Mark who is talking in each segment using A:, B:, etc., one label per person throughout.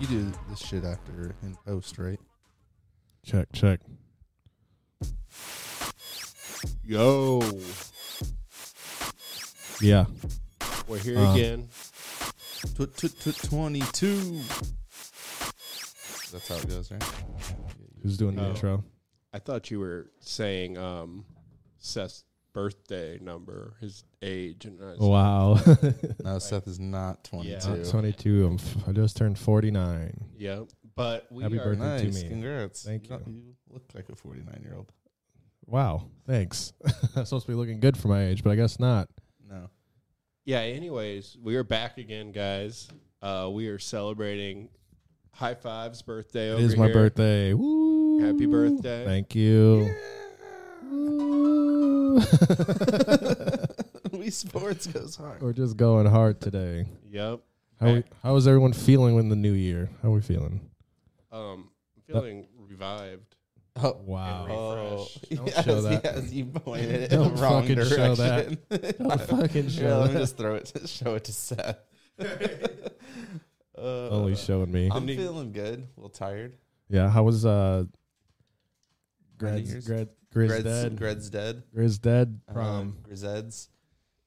A: You do this shit after in post, right?
B: Check, check.
C: Yo,
B: Yeah.
C: we're here
B: Uh.
C: again.
A: Tw- tw- tw- 22. That's how it goes, right?
B: Who's doing the
C: Oh.
B: intro?
C: I thought you were saying um, Seth's birthday number, his age, and I
B: Oh.
C: was
B: Wow.
A: No, Seth is not 22.
C: Yeah.
B: I'm 22. I'm f- I just turned 49.
C: yeah. But we
B: Happy
C: are
B: birthday.
A: nice.
B: to me.
A: Congrats.
B: Thank
A: No,
B: you.
A: look like a 49 year old.
B: Wow. Thanks. I'm supposed to be looking good for my age, but I guess not.
A: No.
C: Yeah, anyways, we are back again, guys. Uh, we are celebrating High Five's birthday
B: It
C: over
B: is my
C: here.
B: birthday. Woo.
C: Happy birthday.
B: Thank you. Woo.
A: we sports goes hard.
B: We're just going hard today.
C: Yep.
B: How we, how is everyone feeling in the new year? How are we feeling?
C: Um, I'm feeling revived.
A: Oh,
B: Wow.
A: Oh,
B: Don't show that.
A: yes, you pointed it in
B: Don't
A: the wrong
B: fucking
A: direction.
B: show that. Don't fucking
A: Here,
B: show
A: let me
B: that.
A: just throw it. show it to Seth. uh,
B: Only showing me.
A: I'm
C: Didn't he-
A: feeling good. A little tired.
B: Yeah, how was uh
A: Granny
B: Gred's
A: years?
B: Gred Grizz
A: Gred's,
B: dead
A: Gred's dead.
B: Grizz dead
A: Uh,
B: prom?
A: Grizzed's.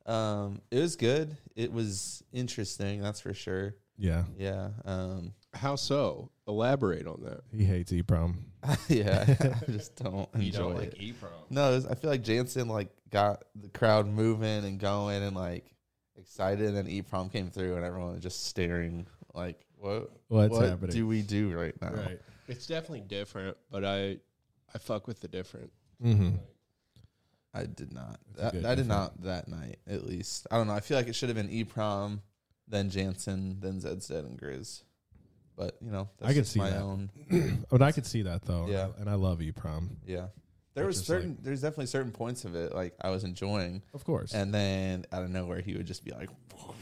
A: Um, it was good. It was interesting. That's for sure.
B: yeah,
A: Yeah. Um,
C: How so? Elaborate on that.
B: he hates e prom.
A: yeah. I just don't enjoy it.
C: EPROM.
A: No, it was, I feel like Jansen like got the crowd moving and going and like excited, and then E prom came through, and everyone was just staring like, "What?
B: What's
A: what
B: happening?
A: do we do right now?"
C: It's definitely different, but I, I fuck with the different.
B: Mm-hmm.
A: I did not.
B: It's a
A: That,
B: good
A: I did
B: different.
A: not that night. At least I don't know. I feel like it should have been E prom, then Jansen, then Zed's dead and Grizz. But you know,
B: I could
A: just
B: see
A: my
B: that.
A: own.
B: but I could see that though. and I-
A: Yeah.
B: and I love e prom,
A: Yeah, there was
B: It's just like-
A: certain. there's definitely certain points of it like I was enjoying,
B: of course.
A: And then out of nowhere, he would just be like, I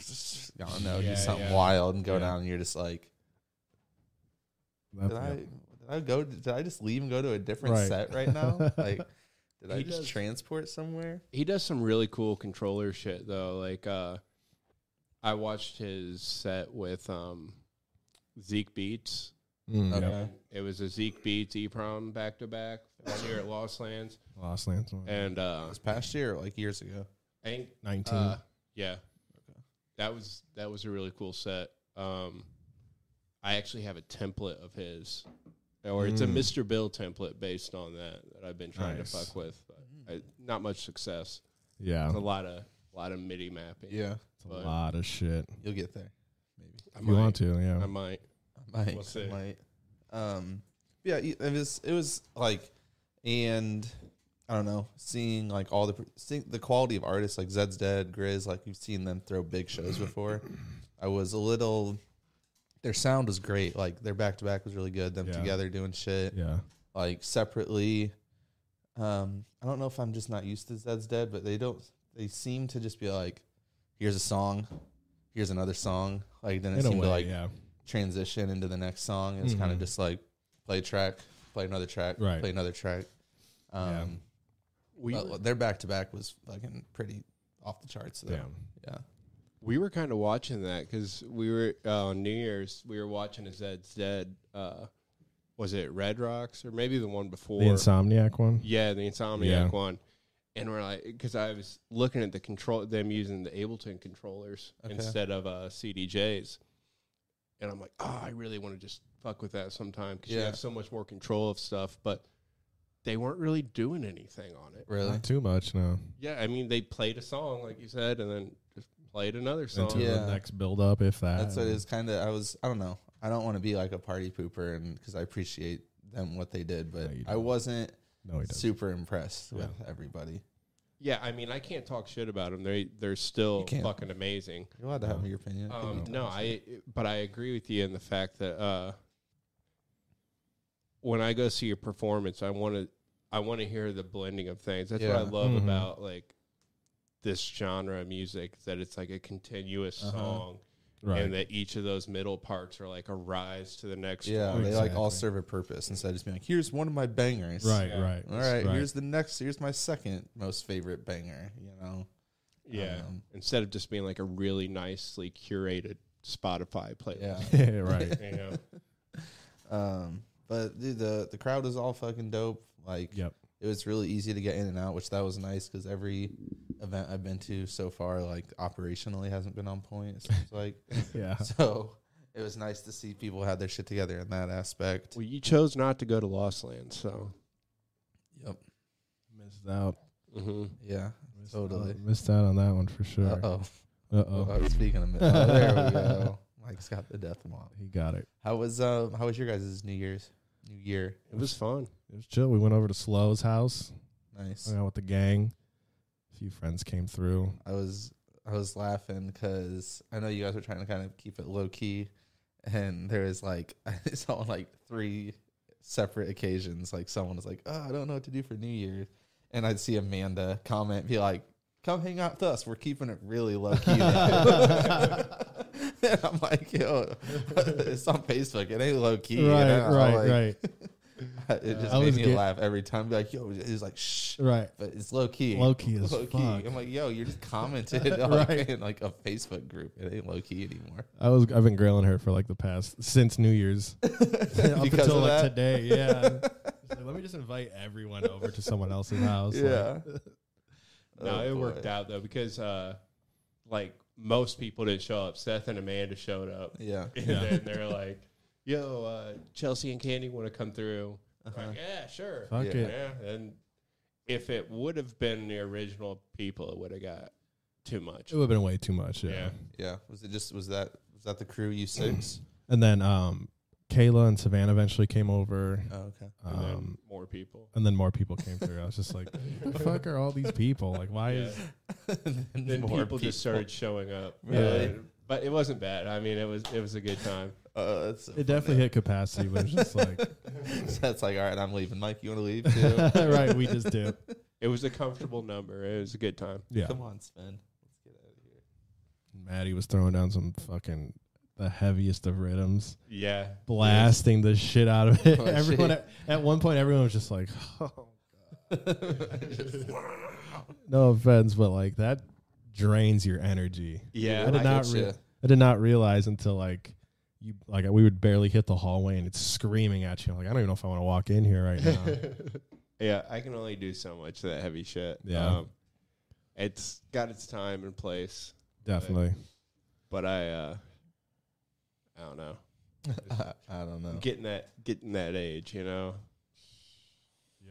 A: don't know,
C: Yeah,
A: do something
C: yeah.
A: wild and go
B: Yeah.
A: down. And you're just like,
B: That-
A: did I,
B: yeah.
A: did I go? Did I just leave and go to a different
B: Right.
A: set right now? like, did I
C: He
A: just
C: does-
A: transport somewhere?
C: He does some really cool controller shit though. Like, uh, I watched his set with um, Zeke Beats.
B: Mm,
A: Okay.
B: yep.
C: It was a Zeke Beats EPROM back to back one year at Lost Lands,
B: Lost Lands.
C: and uh,
A: This past year, or like years ago.
C: I think
B: Nineteen.
C: Uh, yeah, that was that was a really cool set. Um, I actually have a template of his, or it's a
B: Mm.
C: Mr. Bill template based on that that I've been trying
B: Nice.
C: to fuck with.
A: Mm.
C: But I, not much success.
B: yeah,
C: It's a lot of lot of MIDI mapping.
A: Yeah,
B: it's a
C: but-
B: lot of shit.
A: you'll get there. Maybe
C: I
B: You
C: might,
B: want to? Yeah.
C: I might.
A: I might.
C: We'll see.
A: might. Um, yeah, it it was. It was like, and I don't know, seeing like all the pr- seeing the quality of artists like Zed's Dead, Grizz, like you've seen them throw big shows before. I was a little. Their sound was great. Like their back to back was really good. Them
B: Yeah.
A: together doing shit
B: yeah.
A: like separately. Um, I don't know if I'm just not used to Zed's Dead, but they don't. They seem to just be like, here's a song, here's another song. Like then it
B: In a
A: seemed
B: way,
A: to like
B: yeah.
A: transition into the next song. It's kind
B: Mhm.
A: of just like play a track, play another track,
B: Right.
A: play another track.
B: Yeah.
A: Um,
C: We
A: but
C: were,
A: their back to back was fucking pretty off the charts. Though.
B: Damn.
A: Yeah,
C: we were kind of watching that because we were uh, on New Year's. We were watching a Zed's Dead. Uh, was it Red Rocks or maybe the one before?
B: The Insomniac one.
C: Yeah, the Insomniac
B: Yeah.
C: one. And we're like, because I was looking at the control, them using the Ableton controllers
A: Okay.
C: instead of uh, CDJs, and I'm like, oh, I really want to just fuck with that sometime because you
A: Yeah.
C: have so much more control of stuff. But they weren't really doing anything on it.
A: really.
B: Not too much no.
C: Yeah, I mean, they played a song like you said, and then just played another song.
B: Until
A: Yeah.
B: the next build up, if that.
A: That's what it is. Kind of. I was. I don't know. I don't want to be like a party pooper, and because I appreciate them what they did, but
B: you
A: I
B: don't.
A: wasn't.
B: No, he doesn't.
A: super impressed with everybody.
C: Yeah, I mean, I can't talk shit about them. They they're still
A: can't.
C: fucking amazing.
A: You're allowed to have your opinion.
C: Um, no, I. But I agree with you in the fact that uh, when I go see a performance, I want to, I want to hear the blending of things. That's what I
A: Yeah. Mm-hmm.
C: love
B: Mhm.
C: about like this genre of music is that it's like a continuous
A: Uh-huh.
C: song,
B: Right.
C: and that each of those middle parts are like a rise to the next.
A: yeah,
C: one.
A: they like all
B: Exactly.
A: serve a purpose instead of just being like, here's one of my bangers.
B: Right.
C: Yeah.
B: Right.
A: All right,
B: Right.
A: Here's the next. Here's my second most favorite banger. You know.
C: yeah.
A: Um,
C: Instead of just being like a really nicely curated Spotify playlist.
B: Yeah, right.
C: You know?
A: Um, but dude, the the crowd was all fucking dope. Like,
B: Yep.
A: it was really easy to get in and out, which that was nice because every event I've been to so far, like operationally, hasn't been on point. It seems like
B: Yeah.
A: so. It was nice to see people had their shit together in that aspect.
C: well, you chose not to go to Lost Land, so
A: Yep.
B: Missed out.
C: mm-hmm.
A: Yeah.
B: Missed
A: Totally.
B: out- missed out on that one for sure.
A: Uh oh.
B: Uh
A: I
B: oh.
A: was speaking of it. Oh, there we go. Mike's got the death mop.
B: He got it.
A: How was um how was your guys' New Year's? New Year.
C: It was fun.
B: It was chill. We went over to Slow's house,
A: Nice.
B: hung out with the gang. A few friends came through.
A: I was I was laughing because I know you guys were trying to kind of keep it low key, and there was like I saw on like three separate occasions like someone was like, "Oh, I don't know what to do for New Year's," and I'd see Amanda comment, be like, "Come hang out with us. We're keeping it really low key." and I'm like, "Yo, it's on Facebook. It ain't low key."
B: right,
A: right. It just
B: I
A: made
B: was
A: me
B: get-
A: laugh every time. Be like, "Yo," it was like, "Shh."
B: right.
A: but it's low key.
B: Low key as
A: Low key.
B: fuck.
A: I'm like, yo, you're just commented on
B: Right.
A: in like a Facebook group. It ain't low key anymore.
B: I was I've been grailing her for like the past since New Year's up
A: Because
B: until
A: of that?
B: like today. Yeah. Just like, Let me just invite everyone over to someone else's house. like-
C: No,
A: Oh,
C: it
A: boy.
C: worked out though because uh, like most people didn't show up. Seth and Amanda showed up,
A: Yeah.
C: and
B: Yeah.
C: then they're like, "Yo, uh, Chelsea and Candy want to come through?" I'm
A: Uh-huh.
C: Like, yeah, sure.
B: Fuck
A: Yeah.
B: it.
C: Yeah, and if it would have been the original people, it would have got too much.
B: It would have been way too much. yeah.
C: Yeah.
A: Yeah. Was it just was that was that the crew U six?
B: And then um, Kayla and Savannah eventually came over.
A: oh, okay.
C: And then
B: Um,
C: more people.
B: and then more people came through. I was just like, "Who the fuck are all these people? Like, why
C: Yeah.
B: is
A: and
C: Then people,
A: more
C: just started showing up.
A: Really?
C: Uh, but it wasn't bad. I mean, it was it was a good time.
A: Uh, that's so
B: it definitely hit capacity? But it's just like,
A: funny. So that's like, all right, I'm leaving. Mike, you want to leave too?
B: right, we just do.
C: It was a comfortable number. It was a good time.
B: Yeah,
A: Come on, Sven. Let's get out of here.
B: Maddie was throwing down some fucking the heaviest of rhythms,
C: Yeah,
B: blasting the shit out of it.
A: Oh,
B: everyone
A: shit.
B: at, at one point, everyone was just like, "Oh, "No offense, but like that drains your energy."
C: Yeah,
B: I did
A: I
B: not.
A: getcha.
B: Re- I did not realize until like you like we would barely hit the hallway and it's screaming at you. I'm like I don't even know if I want to walk in here right now.
C: yeah. I can only do so much of that heavy shit. Um,
B: Yeah.
C: it's got its time and place,
B: Definitely.
C: but I, uh, I don't know.
A: I, I don't know.
C: I'm getting that getting that age, you know.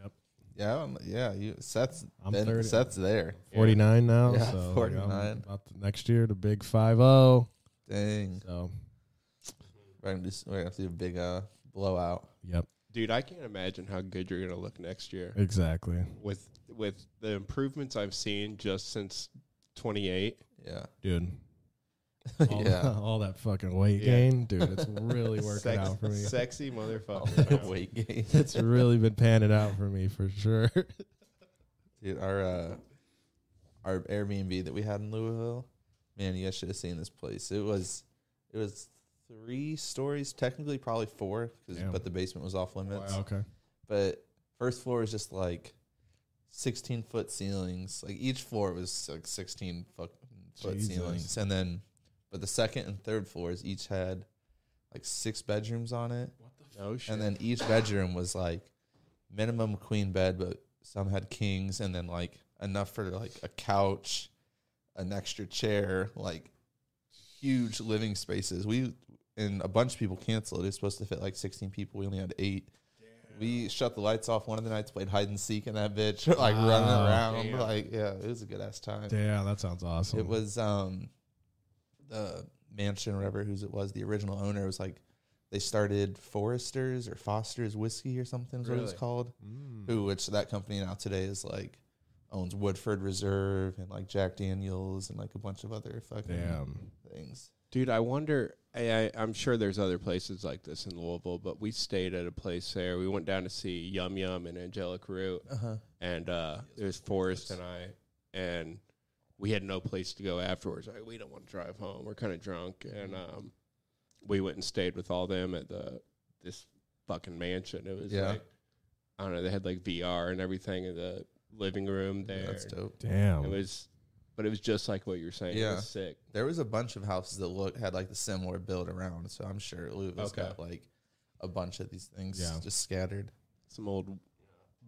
B: Yep.
A: Yeah, I don't, yeah. You Seth's
B: I'm
A: been-
B: 30.
A: Seth's there.
B: 49 now.
A: Yeah,
B: so like,
A: 49.
B: I'm about to- next year, the big oh. 50.
A: Dang,
B: So,
A: we're gonna, do, s- we're gonna have to do a big uh blowout.
B: yep,
C: Dude, I can't imagine how good you're gonna look next year
B: exactly.
C: with with the improvements I've seen just since 28.
A: Yeah.
B: Dude. All,
A: yeah.
B: all that fucking weight
C: Yeah.
B: gain, dude, it's really working
C: Sex-
B: out for me.
C: Sexy
B: Oh,
C: motherfucker.
A: All
C: man.
A: weight gain.
B: It's really been panning out for me for sure.
A: Dude, our uh, our Airbnb that we had in Louisville, man, you guys should have seen this place. It was it was three stories, technically probably four, 'cause-
B: Damn.
A: but the basement was off limits.
B: okay.
A: But first floor is just like sixteen foot ceilings. Like each floor was like sixteen fucking foot
B: Jesus.
A: ceilings, and then but the second and third floors each had like six bedrooms on it.
C: No shit.
A: And then each bedroom was like minimum queen bed, but some had kings, and then like enough for like a couch, an extra chair, like huge living spaces. We and a bunch of people canceled. It was supposed to fit like 16 people. We only had eight. We shut the lights off one of the nights, played hide and seek in that bitch, like running
B: Wow.
A: around.
C: Damn.
A: Like, yeah, it was a good ass time.
B: Damn, that sounds awesome.
A: It was um the mansion or whatever whose it was, the original owner was like they started Forrester's or Foster's whiskey or something is what it was
C: Really?
A: called.
B: Mm.
A: Who which that company now today is like owns Woodford Reserve and like Jack Daniels and like a bunch of other fucking
B: Damn.
A: things.
C: Dude, I wonder. I, I, I'm sure there's other places like this in Louisville, but we stayed at a place there. We went down to see Yum Yum and Angelic Root,
A: Uh-huh.
C: and uh, it was Forrest and I, and we had no place to go afterwards. Like, we don't want to drive home. We're kind of drunk, and um, we went and stayed with all them at the this fucking mansion. It was
A: Yeah.
C: like I don't know. They had like VR and everything in the living room there.
A: That's dope.
B: Damn.
C: It was But it was just like what you're saying. Yeah,
A: Yeah.
C: sick.
A: There was a bunch of houses that looked had like the similar build around, so I'm sure Louisville's
C: Okay.
A: got like a bunch of these things
B: Yeah.
A: just scattered.
C: Some old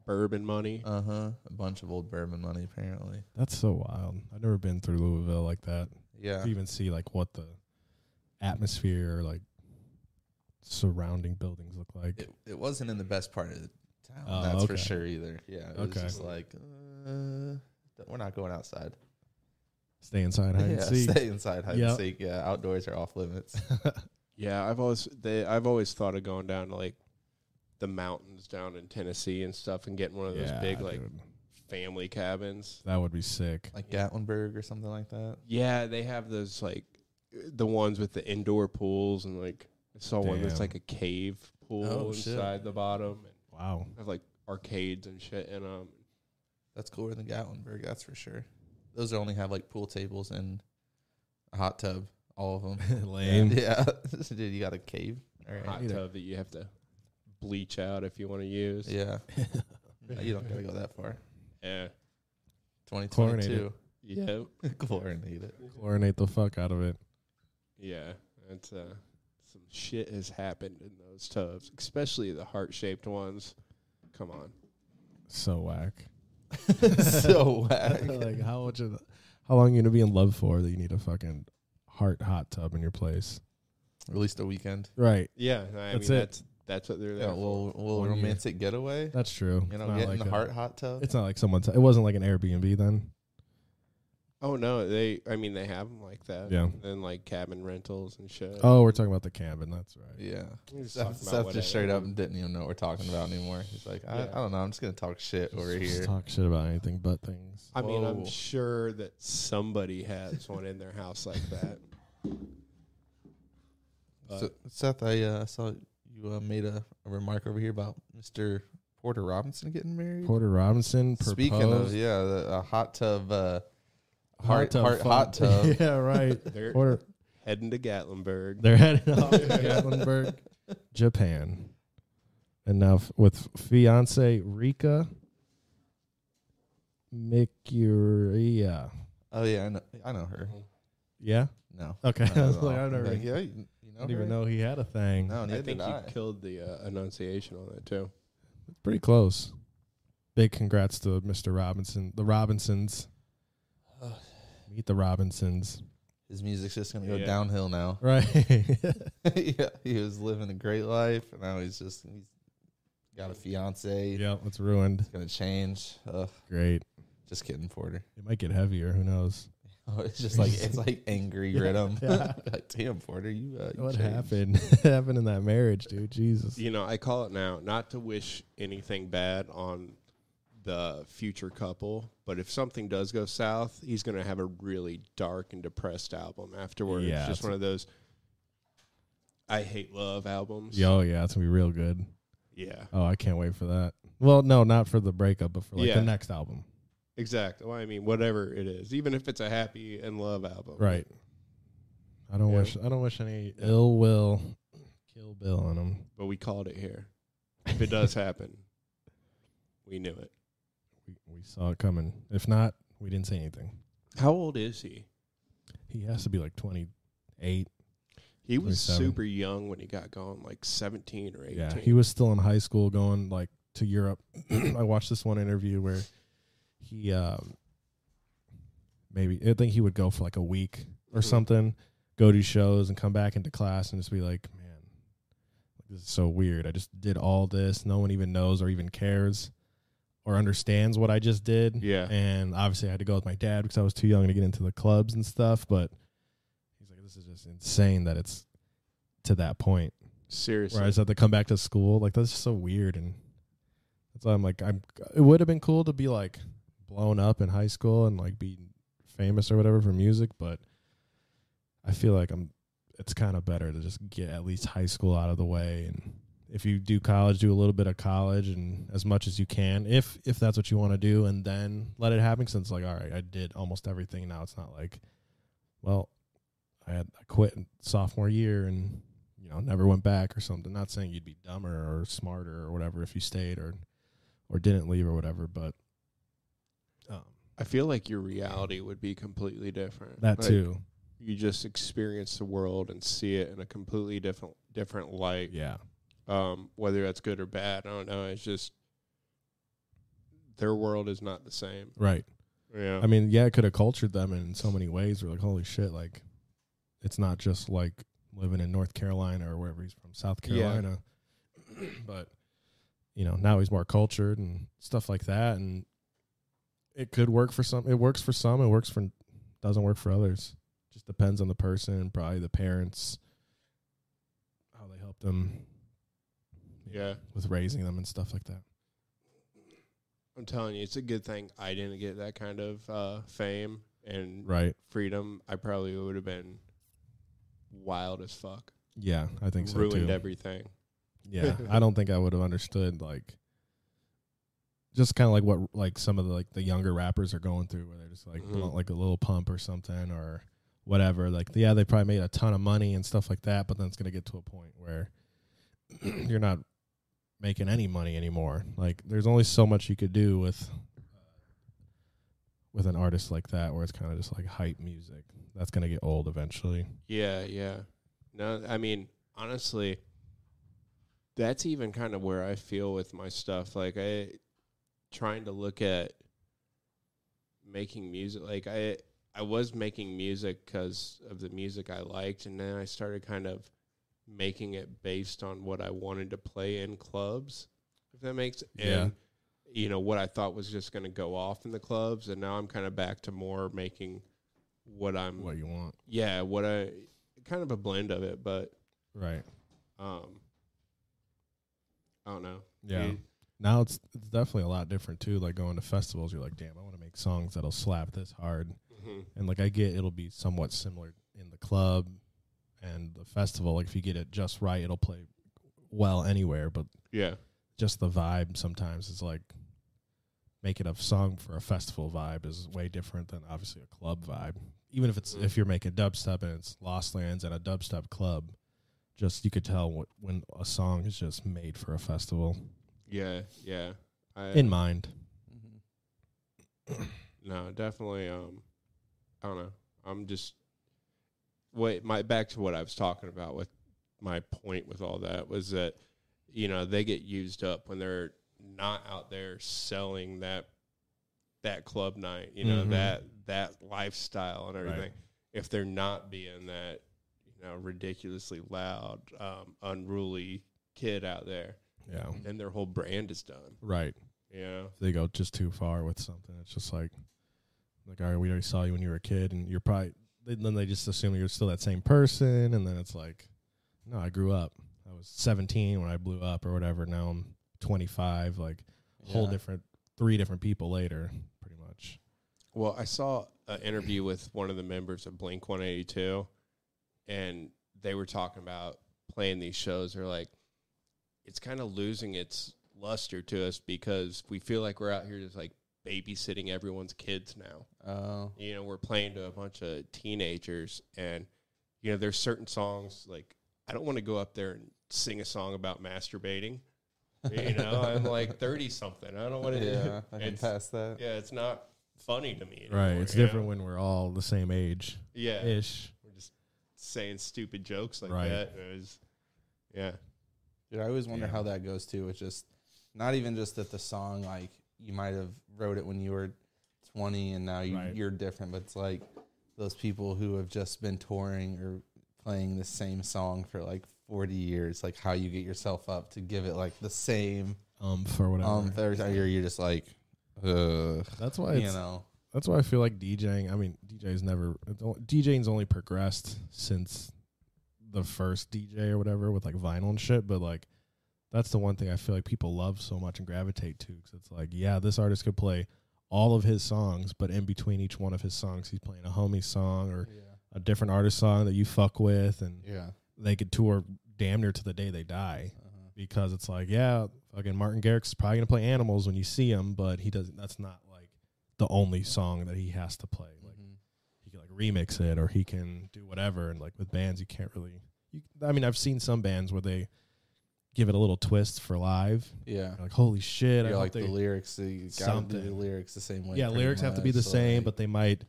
C: bourbon money.
A: Uh huh. A bunch of old bourbon money apparently.
B: That's so wild. I've never been through Louisville like that.
A: Yeah.
B: To even see like what the atmosphere or like surrounding buildings look like.
A: It, it wasn't in the best part of the town.
B: Oh,
A: that's for
B: okay.
A: sure either. Yeah. It was
B: Okay.
A: just like uh, th- we're not going outside.
B: Stay inside, hide and
A: yeah,
B: seek.
A: Stay inside, hide
B: Yep.
A: and seek. Yeah, outdoors are off limits.
C: Yeah, I've always they I've always thought of going down to like the mountains down in Tennessee and stuff and getting one of those
B: Yeah,
C: big like
B: dude.
C: family cabins.
B: that would be sick.
A: like Gatlinburg or something like that.
C: Yeah, they have those like the ones with the indoor pools and like I saw one that's
B: Damn.
C: like a cave pool
A: Oh, shit.
C: inside the bottom and
B: Wow.
C: have like arcades and shit in them.
A: That's cooler than Gatlinburg, that's for sure. Those only have like pool tables and a hot tub, all of them.
B: Lame.
A: Yeah. Dude, you got a cave? All right.
C: Hot
B: either.
C: tub that you have to bleach out if you want to use.
A: Yeah. No, you don't got to go that far.
C: Yeah.
A: 2022.
C: Yeah.
A: Chlorinate it.
B: Chlorinate the fuck out of it.
C: Yeah. It's uh some shit has happened in those tubs, especially the heart shaped ones. Come on.
B: So whack.
A: so whack.
B: like how much of the, how long you gonna be in love for that you need a fucking heart hot tub in your place?
A: At least a weekend.
B: Right.
C: Yeah. I
B: That's
C: mean
B: it.
C: that's that's what they're there
A: Yeah,
C: for.
A: little, little
B: One year.
A: romantic getaway.
B: That's true.
A: You know,
B: It's not
A: get in
B: like
A: the
B: a-
A: heart hot tub.
B: It's not like someone's. It wasn't like an Airbnb then.
C: Oh no, they. I mean, they have them like that.
B: Yeah.
C: And like cabin rentals and shit.
B: Oh, we're talking about the cabin. That's right.
A: yeah.
C: We're just talking
A: Seth,
C: about
A: Seth
C: whatever.
A: just straight up and didn't even know what we're talking about anymore. He's like, I,
C: Yeah.
A: I don't know. I'm just going to talk shit over
B: Just
A: here.
B: talk shit about anything but things.
C: I mean, I'm
A: Whoa.
C: sure that somebody has one in their house like that. But
A: So, Seth, I uh, saw you uh, made a, a remark over here about Mr. Porter Robinson getting married.
B: Porter Robinson proposed.
A: Speaking of, yeah, the, a hot tub. Uh, heart- heart
B: fun-
A: hot tub.
B: yeah, right.
C: they're
B: Porter,
C: heading to Gatlinburg.
B: they're headed off to Gatlinburg, Japan, and now f- with fiance Rika Mikuria.
A: oh, yeah, I know, I know her.
B: Yeah.
A: No.
B: Okay.
A: Not
B: I was
A: at
B: like,
A: all.
B: I've never.
A: Like, yeah, you, you know
B: I didn't even
A: her?
B: know he had a thing.
A: No, neither
C: I think
A: did
C: you
A: I.
C: killed the uh, enunciation on that too.
B: Pretty close. Big congrats to Mr. Robinson, the Robinsons. Meet the Robinsons.
A: His music's just gonna go
C: Yeah.
A: downhill now.
B: Right.
A: yeah, he was living a great life, and now he's just he's got a fiance.
B: yeah, it's ruined.
A: It's gonna change. Ugh,
B: Great.
A: just kidding, Porter.
B: It might get heavier. Who knows?
A: Oh, it's just like it's like angry
B: Yeah,
A: rhythm.
B: yeah.
A: like, damn, Porter, you. Uh, you
B: What
A: changed."
B: happened? What happened in that marriage, dude? Jesus.
C: You know, I call it now not to wish anything bad on the future couple, but if something does go south, he's going to have a really dark and depressed album afterwards.
B: Yeah,
C: just
B: it's-
C: one of those I hate love albums.
B: Yeah, Oh yeah, it's gonna be real good.
C: Yeah.
B: Oh, I can't wait for that. Well, no, not for the breakup, but for like
C: Yeah.
B: the next album.
C: Exactly. Well, I mean, whatever it is, even if it's a happy and love album.
B: Right. I don't
C: Yeah.
B: wish I don't wish any ill will kill Bill on him.
C: But we called it here. If it does happen, we knew it.
B: we, we saw it coming. If not, we didn't say anything.
C: How old is he?
B: He has to be like 28.
C: He was
B: 27.
C: super young when he got going, like 17 or 18.
B: Yeah, he was still in high school going like to Europe. I watched this one interview where he um maybe I think he would go for like a week or
C: Mhm.
B: something, go do shows and come back into class and just be like, "Man, this is so weird. I just did all this. No one even knows or even cares or understands what I just did."
C: Yeah.
B: And obviously, I had to go with my dad because I was too young to get into the clubs and stuff. But he's like, this is just insane that it's to that point
C: Seriously.
B: where I just had to come back to school. Like, that's just so weird. And that's why I'm like, I'm, it would have been cool to be like blown up in high school and like be famous or whatever for music. But I feel like I'm, it's kind of better to just get at least high school out of the way. And if you do college, do a little bit of college and as much as you can, if, if that's what you want to do and then let it happen. Since like, all right, I did almost everything. Now it's not like, well, I had, I quit in sophomore year and, you know, never went back or something. Not saying you'd be dumber or smarter or whatever if you stayed or, or didn't leave or whatever, but um,
C: I feel like your reality would be completely different.
B: That
C: Like,
B: too.
C: You just experience the world and see it in a completely different different light.
B: Yeah.
C: Um, whether that's good or bad, I don't know. It's just their world is not the same.
B: Right.
C: Yeah.
B: I mean, yeah, it could have cultured them in so many ways. We're like, holy shit, like it's not just like living in North Carolina or wherever he's from, South
C: Yeah.
B: Carolina. but you know, now he's more cultured and stuff like that and it could work for some. It works for some, it works for doesn't work for others. Just depends on the person, probably the parents how they help them
C: yeah.
B: with raising them and stuff like that.
C: I'm telling you, it's a good thing I didn't get that kind of uh, fame and
B: Right.
C: freedom. I probably would have been wild as fuck.
B: Yeah, I think so
C: Ruined
B: too.
C: everything.
B: Yeah, I don't think I would have understood like just kind of like what like some of the like the younger rappers are going through, where they're just like
C: Mhm.
B: blunt, like a little pump or something or whatever. Like yeah, they probably made a ton of money and stuff like that, but then it's gonna get to a point where you're not making any money anymore. Like there's only so much you could do with uh, with an artist like that, where it's kind of just like hype music. That's gonna get old eventually.
C: Yeah, yeah. No, I mean, honestly, that's even kind of where I feel with my stuff. Like I trying to look at making music. Like I I was making music cuz of the music I liked and then I started kind of making it based on what I wanted to play in clubs. If that makes
B: Yeah.
C: and you know what I thought was just going to go off in the clubs and now I'm kind of back to more making what I'm
B: What you want,
C: yeah, what I kind of a blend of it, but
B: right?
C: um, I don't know.
B: Yeah.
C: You-
B: now it's it's definitely a lot different too. Like going to festivals, you're like, damn, I want to make songs that'll slap this hard.
C: mhm.
B: And like I get it'll be somewhat similar in the club and the festival. Like if you get it just right, it'll play well anywhere. But
C: yeah,
B: just the vibe sometimes is like making a song for a festival vibe is way different than obviously a club vibe. Even if it's
C: Mhm.
B: if you're making dubstep and it's Lost Lands and a dubstep club, just you could tell what, when a song is just made for a festival
C: yeah, yeah. I
B: in mind.
A: Mm-hmm.
C: no, definitely. Um, I don't know. I'm just wait. My back to what I was talking about with my point with all that was that you know they get used up when they're not out there selling that that club night. You know
B: Mhm.
C: that that lifestyle and
B: Right.
C: everything. If they're not being that you know ridiculously loud, um, unruly kid out there,
B: Yeah.
C: then their whole brand is done.
B: Right.
C: You know.
B: they go just too far with something. It's just like, like, all right, we already saw you when you were a kid, and you're probably then then they just assume you're still that same person, and then it's like, no, I grew up. I was 17 when I blew up or whatever. Now I'm 25, like whole
A: Yeah.
B: different, three different people later, pretty much.
C: Well, I saw an interview with one of the members of Blink 182, and they were talking about playing these shows. They're like, it's kind of losing its luster to us because we feel like we're out here just like babysitting everyone's kids now.
A: Oh.
C: You know, we're playing to a bunch of teenagers, and, you know, there's certain songs like, I don't want to go up there and sing a song about masturbating. You know, I'm like 30 something. I don't want to
A: Yeah, I
C: do
A: can
C: it's-
A: pass that.
C: yeah, it's not funny to me.
B: Right.
C: anymore,
B: It's
C: you know?
B: different when we're all the same age
C: Yeah,
B: ish.
C: we're just saying stupid jokes like
B: Right.
C: that. It was, yeah,
A: Dude, I always wonder
B: Damn.
A: how that goes too. It's just not even just that the song like you might have wrote it when you were twenty and now you,
B: Right.
A: you're different, but it's like those people who have just been touring or playing the same song for like forty years, like how you get yourself up to give it like the same
B: Um, for whatever.
A: um Thursday or you're just like uh
B: that's why it's,
A: you know.
B: That's why I feel like DJing. I mean, DJ's never it's only- DJing's only progressed since the first DJ or whatever with like vinyl and shit. But like, that's the one thing I feel like people love so much and gravitate to because it's like, yeah, this artist could play all of his songs, but in between each one of his songs, he's playing a homie song or
A: Yeah.
B: a different artist song that you fuck with, and
A: Yeah.
B: they could tour damn near to the day they die
A: Uh-huh.
B: because it's like, yeah, fucking Martin Garrix is probably gonna play Animals when you see him, but he doesn't. That's not like the only song that he has to play. Like
A: Mhm.
B: he can like remix it or he can do whatever. And like with bands, you can't really. You, I mean, I've seen some bands where they give it a little twist for live.
A: Yeah.
B: You're like, holy shit!
A: You're
B: I
A: like
B: like
A: the lyrics, you gotta do the
B: Something.
A: lyrics the same way.
B: yeah,
A: pretty
B: lyrics have to be the
A: much,
B: same,
A: like-
B: but they might,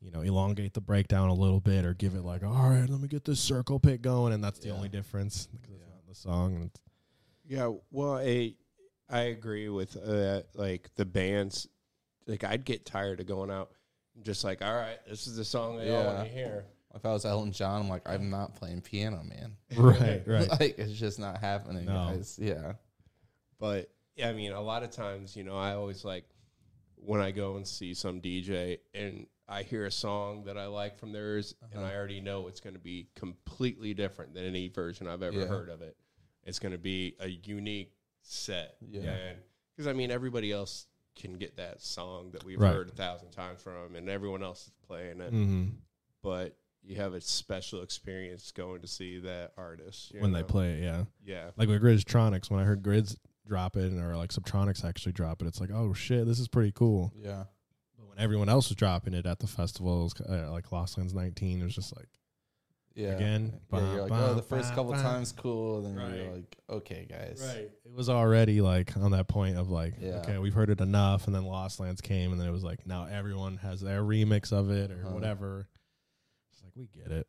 B: you know, elongate the breakdown a little bit or give it like, all right, let me get this circle pick going, and that's the
A: Yeah.
B: only difference because it's
A: Yeah.
B: not in the song. And it's,
C: Yeah, well, I I agree with uh, like the bands. Like I'd get tired of going out, and just like, all right, this is the song they all want to
A: Yeah.
C: hear.
A: if I was Elton John, I'm like, I'm not playing piano, man.
B: right, right.
A: like it's just not happening,
B: No.
A: guys. Yeah.
C: But yeah, I mean, a lot of times, you know, I always like when I go and see some DJ and I hear a song that I like from theirs, and
B: Uh-huh.
C: I already know it's going to be completely different than any version I've ever
A: Yeah.
C: heard of it. It's going to be a unique set,
A: Yeah.
C: Because I mean, everybody else can get that song that we've
B: Right.
C: heard a thousand times from, and everyone else is playing it.
B: hmm
C: But you have a special experience going to see that artist you
B: When they
C: know?
B: play it, yeah.
C: Yeah,
B: like with Gridstronics, when I heard Grids drop it or like Subtronics actually drop it, it's like, oh shit, this is pretty cool.
A: Yeah.
B: But when everyone else was dropping it at the festivals, uh, like Lost Lands 19, it was just like,
A: Yeah.
B: Again,
A: Yeah, you're
B: bah,
A: like,
B: bah,
A: oh, the first
B: bah,
A: couple
B: bah.
A: times cool, and then you're
C: Right.
A: like, okay, guys.
B: it was already like on that point of like,
A: Yeah.
B: okay, we've heard it enough. And then Lost Lands came, and then it was like, now everyone has their remix of it or
A: Uh-huh.
B: whatever. It's like, we get it.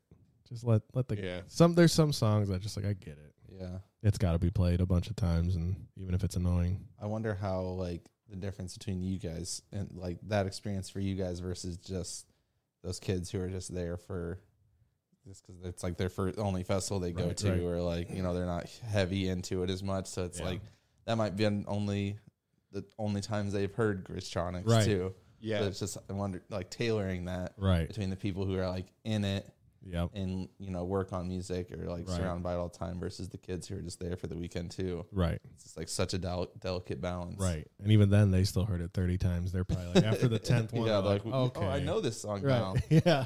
B: Just let, let the,
C: yeah.
B: some, there's some songs that just like, I get it.
A: Yeah.
B: It's got to be played a bunch of times. And even if it's annoying,
A: I wonder how like the difference between you guys and like that experience for you guys versus just those kids who are just there for just because it's like their first only festival they go
B: Right,
A: to
B: right.
A: or like you know they're not heavy into it as much so it's
B: Yeah.
A: like that might be an only the only times they've heard Gristronics
B: Right.
A: too
C: Yeah,
A: so it's just I wonder like tailoring that
B: right.
A: between the people who are like in it
B: Yep.
A: and you know work on music or like
B: Right.
A: surrounded by it all the time versus the kids who are just there for the weekend too
B: Right.
A: it's just like such a del- delicate balance
B: Right. And even then, they still heard it 30 times. They're probably like, after the 10th one,
A: yeah,
B: they're
A: like,
B: like,
A: okay.
B: okay.
A: oh, I know this song now.
B: Right. Yeah.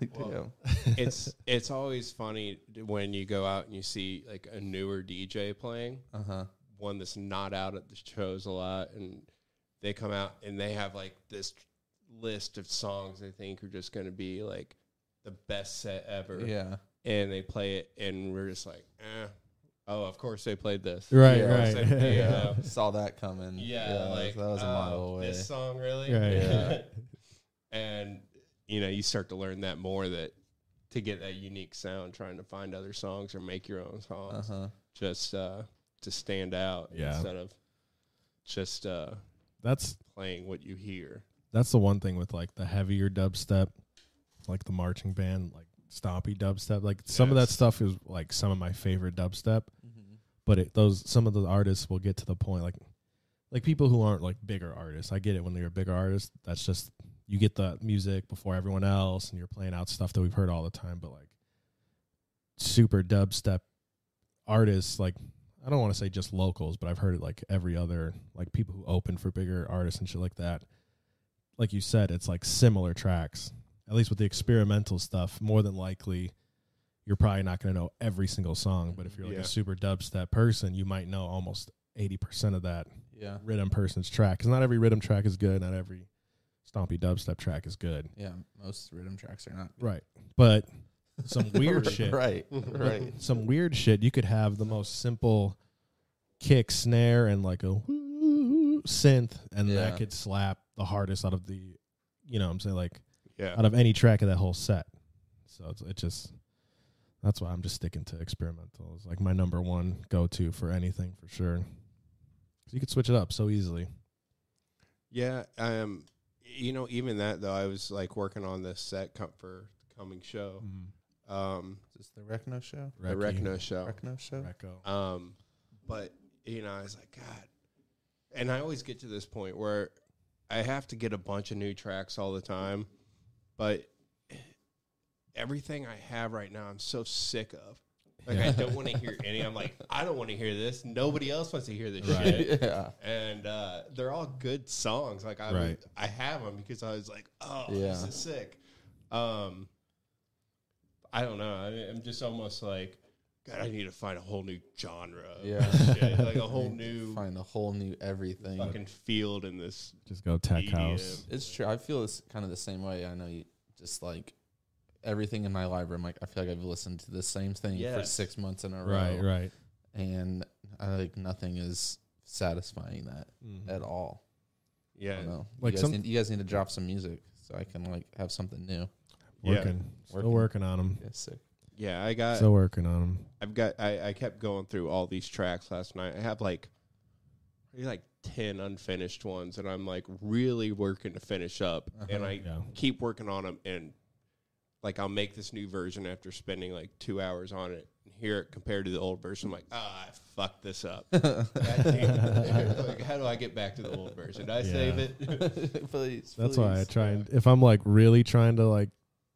A: like,
C: Well,
A: damn.
C: it's it's always funny when you go out and you see like a newer DJ playing,
A: Uh huh.
C: one that's not out at the shows a lot, and they come out and they have like this list of songs they think are just going to be like the best set ever,
A: Yeah.
C: and they play it, and we're just like, eh. oh, of course they played this,
B: Right,
C: Of course
B: right.
C: they- you
B: Yeah.
C: know.
A: Saw that coming.
C: Yeah, like
A: that was a
C: oh,
A: mile away.
C: This song, really?
B: Right.
A: Yeah.
C: and you know, you start to learn that more that to get that unique sound, trying to find other songs or make your own
A: Uh
C: songs,
A: huh.
C: just uh, to stand out
B: Yeah.
C: instead of just uh,
B: That's
C: playing what you hear.
B: that's the one thing with like the heavier dubstep, like the marching band, like stompy dubstep. Like some of that
C: Yes.
B: stuff is like some of my favorite dubstep,
A: Mm-hmm.
B: but it, those some of the artists will get to the point like like people who aren't like bigger artists. I get it when they're a bigger artist. That's just you get the music before everyone else, and you're playing out stuff that we've heard all the time. But like super dubstep artists, like I don't want to say just locals, but I've heard it like every other like people who open for bigger artists and shit like that. Like you said, it's like similar tracks. At least with the experimental stuff, more than likely, you're probably not going to know every single song. But if you're like
C: Yeah.
B: a super dubstep person, you might know almost eighty percent of that
A: Yeah.
B: rhythm person's track because not every rhythm track is good, not every stompy dubstep track is good.
A: Yeah. Most rhythm tracks are not.
B: Right. But some weird shit,
A: Right.
B: but
A: Right.
B: some weird shit, you could have the most simple kick, snare, and like a woo- synth, and
A: Yeah.
B: that could slap the hardest out of the, you know, what I'm saying like
C: Yeah,
B: out of any track of that whole set. So it's it just that's why I'm just sticking to experimental. It's like my number one go to for anything for sure. 'Cause You could switch it up so easily.
C: yeah. Um, you know, even that though, I was like working on this set com- for the coming show, um,
A: Is this the Recno show?
C: the Recno
B: Oh.
C: show.
A: Recno show.
B: Recco.
C: Um, but you know, I was like, God. And I always get to this point where I have to get a bunch of new tracks all the time, but everything I have right now, I'm so sick of. Like I
B: Yeah.
C: don't want to hear any. I'm like, I don't want to hear this. Nobody else wants to hear this
B: Right.
C: shit.
A: yeah.
C: And uh, they're all good songs. Like I,
B: Right.
C: I have them because I was like, oh, this
A: Yeah.
C: is sick. Um, I don't know. I mean, I'm just almost like, God, I need to find a whole new genre. of
A: Yeah.
C: shit, like a whole new
A: Find a whole new everything.
C: fucking field in this.
B: Just go tech
C: EDM.
B: house.
A: It's true. I feel this kind of the same way. I know you just like everything in my library. I'm like, I feel like I've listened to the same thing for
C: Yes.
A: six months in a row.
B: Right, right.
A: And I think nothing is satisfying that at all. I
C: Mm-hmm. Yeah.
A: don't know.
B: Like
A: you guys,
B: some-
A: need, you guys need to drop some music so I can like have something new.
C: Yeah.
B: Working, still
A: Working.
B: working on them.
A: Yeah, sick.
C: Yeah, I got
B: Still working on them.
C: I've got I, I kept going through all these tracks last night. I have like maybe like ten unfinished ones and I'm like really working to finish up and
A: Uh-huh.
C: I
B: Yeah.
C: keep working on them and like I'll make this new version after spending like two hours on it and hear it compared to the old version. I'm like, ah, I fucked this up. God damn it. like, how do I get back to the old version? Did I save
B: Yeah.
C: it?
A: please.
B: That's why I try and if I'm like really trying to like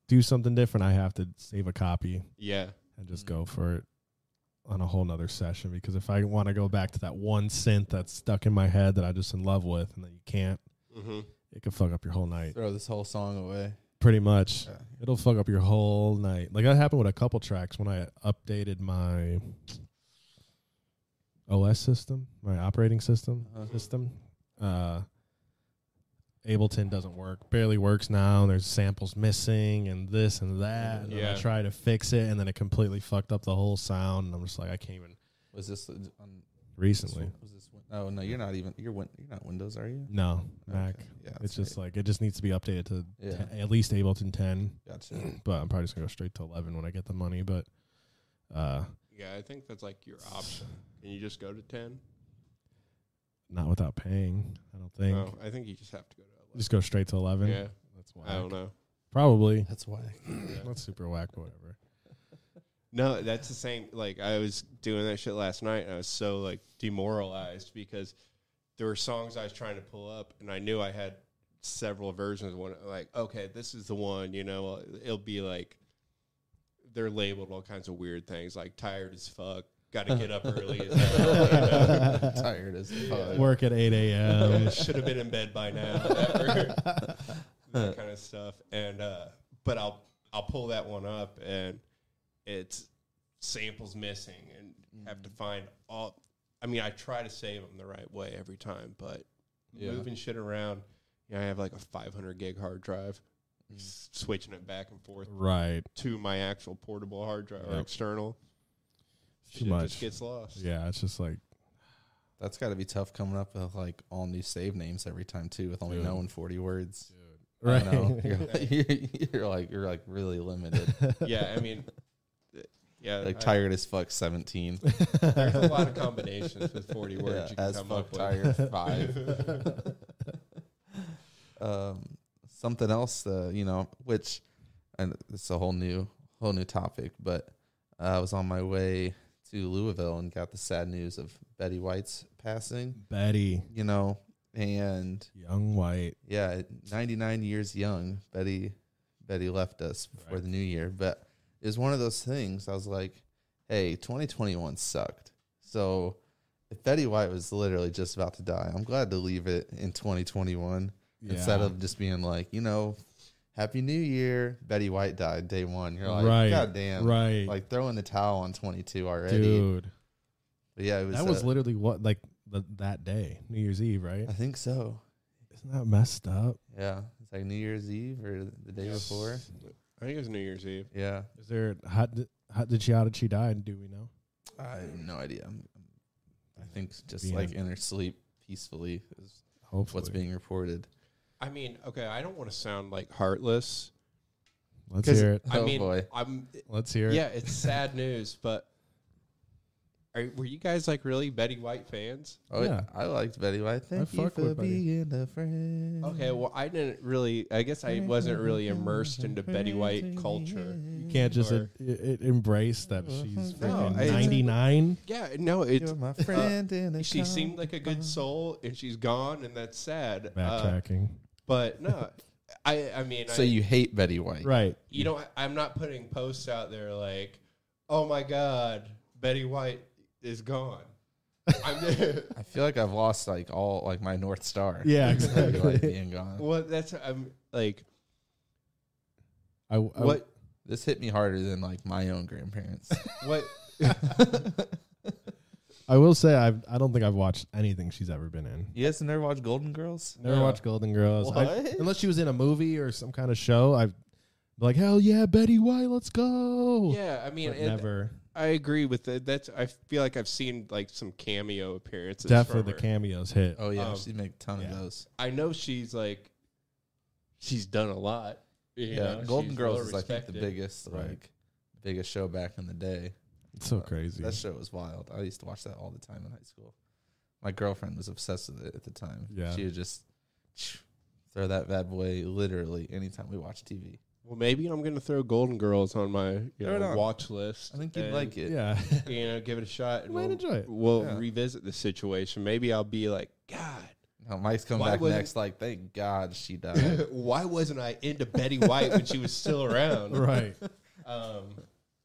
B: do something different, I have to save a copy
C: yeah.
B: and just go
A: Mm-hmm.
B: for it on a whole nother session because if I want to go back to that one synth that's stuck in my head that I just in love with and that you can't,
C: Mm-hmm.
B: it could fuck up your whole night.
A: throw this whole song away.
B: Pretty much.
A: Yeah.
B: It'll fuck up your whole night. Like that happened with a couple tracks when I updated my OS system, my operating system
A: Uh-huh.
B: system. Uh, Ableton doesn't work, barely works now. and There's samples missing and this and that. And then
C: Yeah.
B: I try to fix it, and then it completely fucked up the whole sound. And I'm just like, I can't even.
A: Was this the- on
B: Recently,
A: Was this, win- oh no, you're not even. You're win, you're not Windows, are you?
B: no
A: Okay.
B: Mac.
A: Yeah,
B: It's
A: that's
B: just like it just needs to be updated to
A: Yeah.
B: 10 at least Ableton 10.
A: right. gotcha.
B: But I'm probably just gonna go straight to 11 when I get the money. But uh,
C: Yeah, I think that's like your option. Can you just go to ten?
B: not without paying. I don't think.
C: No, I think you just have to go to
B: Just go straight to eleven.
C: eleven. Oh. Yeah.
B: that's
C: I don't
B: whack.
C: know.
B: Probably.
A: That's why.
C: Yeah.
B: That's super whack, but whatever.
C: No, that's the same. Like I was doing that shit last night, and I was so like demoralized because there were songs I was trying to pull up, and I knew I had several versions. One like, okay, this is the one. You know, it'll be like they're labeled all kinds of weird things, like tired as fuck, got to get up early. as hell,
A: Tired as fuck.
B: Work at eight
C: you
B: a.m.
C: know, should have Oh, been in bed by now. Whatever. that kind of stuff. And uh, but I'll I'll pull that one up, and it's samples missing, and have to
B: Mm.
C: find all. I mean, I try to save them the right way every time, but
A: Yeah.
C: moving shit around. You know, I have like a 500 gig hard drive,
B: Mm.
C: s- switching it back and forth
B: right.
C: to my actual portable hard drive or
B: Yep.
C: external.
B: Too
C: shit
B: much.
C: just gets lost.
B: Yeah, it's just like
A: That's got to be tough coming up with like all new save names every time too, with only
B: Dude.
A: knowing forty words.
B: right.
A: I know. You're, like, you're, you're like you're like really limited.
C: Yeah, I mean, th- yeah,
A: like
C: I-
A: tired as fuck seventeen.
C: There's a lot of combinations with 40 words
A: Yeah,
C: you can
A: as
C: come
A: fuck
C: up with.
A: tired five. um, something else, uh, you know, which and it's a whole new whole new topic, but uh, I was on my way to Louisville and got the sad news of Betty White's passing.
B: Betty,
A: You know, and
B: young white.
A: yeah, at 99 years young, Betty Betty left us before
B: Right.
A: the new year, but it was one of those things. I was like, "Hey, 2021 sucked." So, if Betty White was literally just about to die, I'm glad to leave it in 2021 instead
B: Yeah.
A: of just being like, you know, "Happy New Year, Betty White died day one." You're like,
B: Right,
A: "God damn!"
B: right,
A: Like throwing the towel on 22 already.
B: dude.
A: But yeah, it was.
B: That was
A: uh,
B: literally what like the, that day, New Year's Eve, right?
A: I think so.
B: Isn't that messed up?
A: Yeah, it's like New Year's Eve or the day before.
C: I think it was New Year's Eve.
A: Yeah.
B: Is there how did how did she how did she die? Do we know?
A: I have no idea. I'm- I think just
B: being-
A: like in her sleep peacefully is
B: Hopefully,
A: what's being reported.
C: I mean, okay, I don't want to sound like heartless.
B: Let's
A: 'cause-
B: hear it.
C: I
A: Oh,
C: mean,
A: boy.
C: I'm
B: Let's hear it.
C: yeah, it's sad news, but are, were you guys like really Betty White fans?
A: Oh yeah,
B: Yeah.
A: I liked Betty White. Thank you
B: fuck
A: for
B: with Betty.
A: being a friend.
C: Okay, well, I didn't really. I guess I wasn't really immersed into Betty White culture.
B: You can't just
C: Or- Mm-hmm.
B: uh, it, it embrace that she's freaking
C: I-
B: 99.
C: Yeah, no, it's
A: You're
C: uh,
A: my friend in a
C: she seemed like a good soul, and she's gone, and that's sad. Uh,
B: Backtracking.
C: but no, I I mean,
A: So
C: I,
A: you hate Betty White,
B: right.
C: you know, I'm not putting posts out there like, "Oh my God, Betty White is gone." I'm,
A: I feel like I've lost like all like my north star.
B: Yeah,
A: Betty White
B: exactly.
A: being gone.
C: well, that's I'm like,
B: I, I,
C: what,
A: This hit me harder than like my own grandparents.
C: what?
B: I will say I've, I don't think I've watched anything she's ever been in.
A: you guys never watched Golden Girls?
B: Never
C: Yeah.
B: watched Golden Girls. I-
A: What?
B: unless she was in a movie or some kind of show. I've like, hell yeah, Betty White, let's go.
C: Yeah, I mean,
B: But
C: and
B: never.
C: I agree with that. That's I feel like I've seen like some cameo appearances.
B: Definitely
C: from
B: the
C: her.
B: cameos hit.
A: Oh yeah,
C: Um,
A: she'd make a ton
B: yeah.
A: of those.
C: I know she's like, she's done a lot. you
A: Yeah,
C: know,
A: Golden
C: she's
A: Girls
C: well
A: is I think the
C: respected.
A: biggest
B: Right.
A: like biggest show back in the day.
B: It's so
A: Uh,
B: crazy.
A: That show was wild. I used to watch that all the time in high school. My girlfriend was obsessed with it at the time.
B: Yeah.
A: she would just throw that bad boy literally anytime we watched TV.
C: Well, maybe I'm gonna throw Golden Girls on my you
A: Throw it
C: know,
A: on.
C: watch list.
A: I think you'd
C: and,
A: like it.
B: yeah.
C: You know, give it a shot.
B: You
C: And
B: might
C: we'll,
B: enjoy it.
C: We'll
A: Yeah.
C: revisit the situation. Maybe I'll be like, God,
A: No, Mike's come
C: Why
A: back
C: wasn't-
A: next. Like, thank God she died.
C: why wasn't I into Betty White when she was still around?
B: right.
C: Um,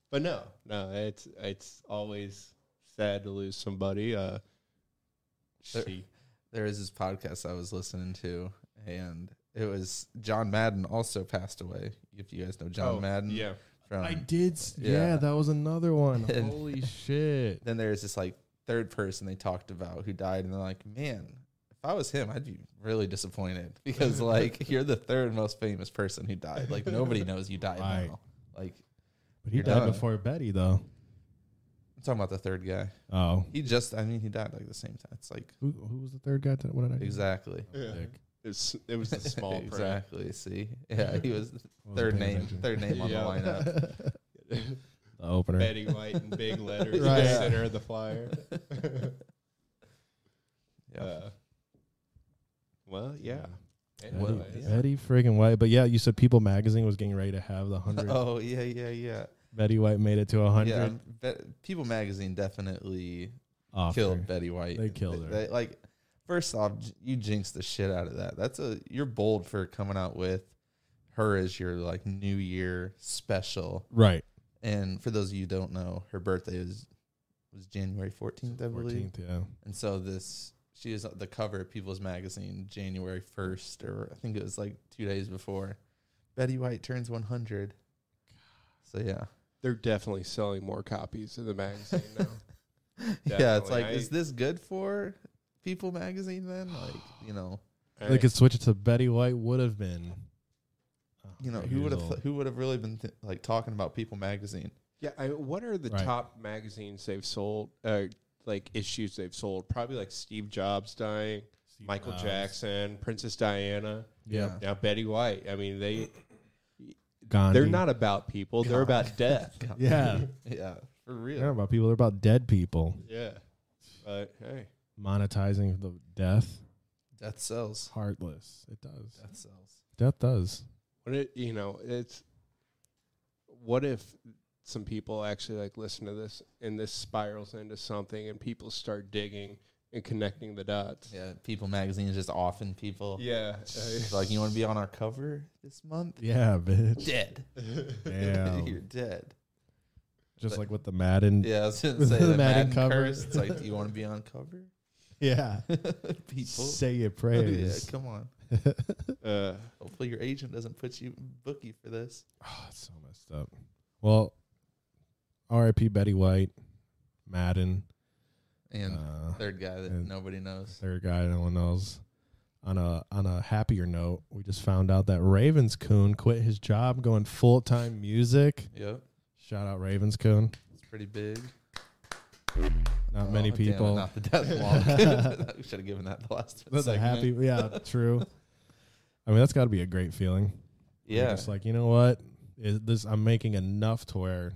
C: but no, no, it's it's always sad to lose somebody. Uh,
A: There-
C: she,
A: there was this podcast I was listening to, and it was John Madden also passed away. If you guys know John
C: Oh,
A: Madden,
C: yeah,
A: From
C: Um,
B: I did. s-
A: yeah.
B: Yeah. that was another one.
A: And-
B: Holy shit.
A: then there's this like third person they talked about who died, and they're like, man, if I was him, I'd be really disappointed because like you're the third most famous person who died. Like nobody knows you died
B: Right.
A: now. Like
B: But he
A: You're
B: died
A: done.
B: before Betty, though.
A: I'm talking about the third guy.
B: Oh,
A: He just, I mean, he died like the same time. It's like
B: who, who was the third guy? To, what did I do? Oh,
A: exactly,
C: Yeah.
B: Dick.
C: it was it was the small print.
A: exactly. See, yeah, he was
B: I wasn't
A: third
B: paying
A: name,
B: attention.
A: third name on
C: Yeah.
A: the lineup.
B: The opener.
C: Betty White in big letters in
B: Right.
C: the center of the flyer.
A: Yeah.
C: Uh, well, yeah.
B: Betty,
C: Anyways.
B: Betty friggin' White. But yeah, you said People Magazine was getting ready to have the 100.
A: Oh yeah, yeah, yeah.
B: Betty White made it to 100.
A: Yeah, Be- People Magazine definitely
B: Off
A: killed
B: her.
A: Betty White.
B: They killed her.
A: They- like, first off, j- you jinxed the shit out of that. That's a you're bold for coming out with her as your like New Year special.
B: Right.
A: And for those of you who don't know, her birthday is was January fourteenth, I believe.
B: 14th, yeah.
A: And so this she is the cover of People's Magazine January first, or I think it was like two days before. Betty White turns one hundred. So yeah.
C: They're definitely selling more copies of the magazine now.
A: Yeah, it's
C: Definitely.
A: like,
C: I-
A: is this good for People Magazine then? Like, you know,
B: They could switch it to Betty White would have been. uh,
A: you know,
B: 100
A: who would
B: years
A: have
B: old.
A: who would have really been th- like talking about People Magazine?
C: yeah, I, what are the
B: Right.
C: top magazines they've sold? Uh, like issues they've sold? Probably like Steve Jobs dying,
B: Steve
C: Michael
B: Jobs.
C: Jackson, Princess Diana.
B: Yeah.
C: Now Betty White. I mean, they
B: Gandhi.
C: they're not about people. They're about death.
A: God.
B: Yeah.
A: yeah, for
B: They're not
A: real.
B: about people. They're about dead people.
C: yeah. But hey,
B: Monetizing the death.
A: Death
B: It's
A: sells.
B: heartless. It does.
A: Death sells.
B: Death does.
C: What it you know, it's what if some people actually like listen to this and this spirals into something and people start digging and connecting the dots.
A: Yeah, People Magazine is just offing people.
C: Yeah.
A: It's like, you want to be on our cover this month?
B: Yeah, bitch.
A: Dead. You're
B: Damn.
A: dead.
B: Just like with the Madden.
A: Yeah, I was gonna
B: With
A: say
B: the
A: the
B: Madden
A: Madden
B: cover.
A: curse. It's like, do you want to be on cover?
B: Yeah.
A: people.
B: Say your
A: Yeah,
B: prayers.
A: come on.
C: uh,
A: Hopefully your agent doesn't put you book you for this.
B: Oh, it's so messed up. Well, R.I.P. Betty White, Madden,
A: And
B: uh,
A: third guy that
B: and-
A: nobody knows.
B: third guy no one knows. On a on a happier note, we just found out that Ravens Coon quit his job going full time music.
A: Yep.
B: Shout out Ravens Coon.
A: It's pretty big.
B: Not many
A: Oh, damn it,
B: people.
A: not the death walk. Should have given that the last.
B: That's a
A: segment.
B: happy. Yeah, true. I mean, that's got to be a great feeling. You're
A: Yeah.
B: just like you know what, is this I'm making enough to where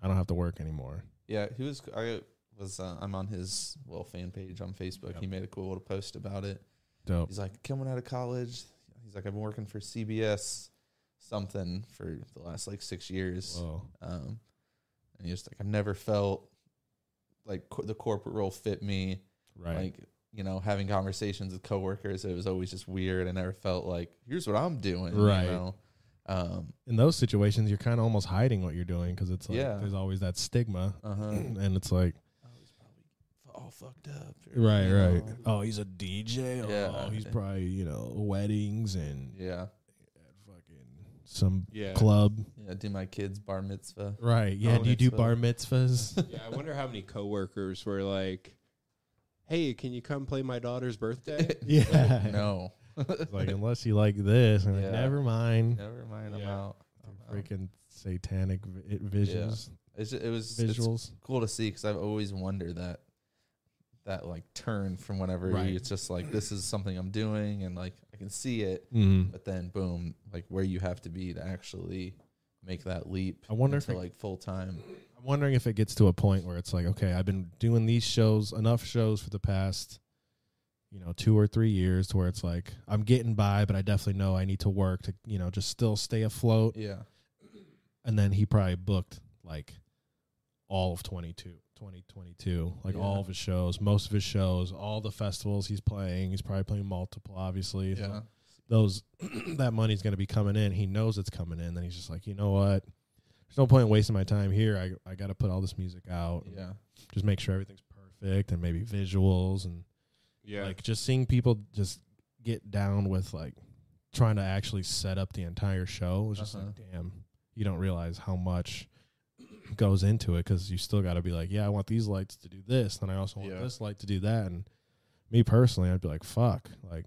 B: I don't have to work anymore.
A: yeah. He was. I was. Uh, I'm on his little fan page on Facebook.
B: Yep.
A: He made a cool little post about it.
B: Dope.
A: He's like coming out of college. He's like I've been working for CBS something for the last like six years.
B: Whoa.
A: Um, and he's just like I've never felt like co- the corporate role fit me.
B: Right.
A: like you know having conversations with coworkers it was always just weird i never felt like here's what i'm doing
B: Right.
A: you know um
B: in those situations, you're kind of almost hiding what you're doing because it's like
A: Yeah.
B: there's always that stigma,
A: uh-huh
B: and it's like
A: i was probably f- all fucked up or,
B: right,
A: you
B: right.
A: know.
B: Oh, he's a DJ.
A: Yeah.
B: Oh, he's probably you know weddings and
A: yeah
B: fucking some
C: yeah.
B: club.
A: yeah do my kids bar mitzvah
B: Right. Yeah.
A: Oh,
B: do you do
A: mitzvah.
B: bar mitzvahs?
C: yeah. I wonder how many coworkers were like, "Hey, can you come play my daughter's birthday?"
B: yeah.
A: no
B: It's like unless you like this, and like,
A: Yeah.
B: never mind.
A: never mind i'm
C: Yeah.
A: out I'm
B: freaking satanic vi- it visions,
A: It's ju- it was it's
B: visuals.
A: cool to see because I've always wondered that that like turn from whenever
B: Right.
A: you, it's just like this is something I'm doing and like I can see it,
B: Mm.
A: but then boom, like where you have to be to actually make that leap.
B: I wonder if
A: into,
B: it-
A: like full time.
B: I'm wondering if it gets to a point where it's like, okay, I've been doing these shows, enough shows for the past, you know, two or three years to where it's like, I'm getting by, but I definitely know I need to work to, you know, just still stay afloat.
A: Yeah,
B: And then he probably booked like all of 22, 2022, like
A: Yeah.
B: all of his shows, most of his shows, all the festivals he's playing. He's probably playing multiple, obviously. So
A: yeah,
B: those that money's going to be coming in. He knows it's coming in. Then he's just like, you know what? There's no point in wasting my time here. I I got to put all this music out. and
A: yeah.
B: Just make sure everything's perfect and maybe visuals and
C: Yeah.
B: like just seeing people just get down with like trying to actually set up the entire show was just
A: Uh-huh.
B: like, damn, you don't realize how much goes into it because you still got to be like, yeah, I want these lights to do this, and I also want
C: Yeah.
B: this light to do that. And me personally, I'd be like, fuck, like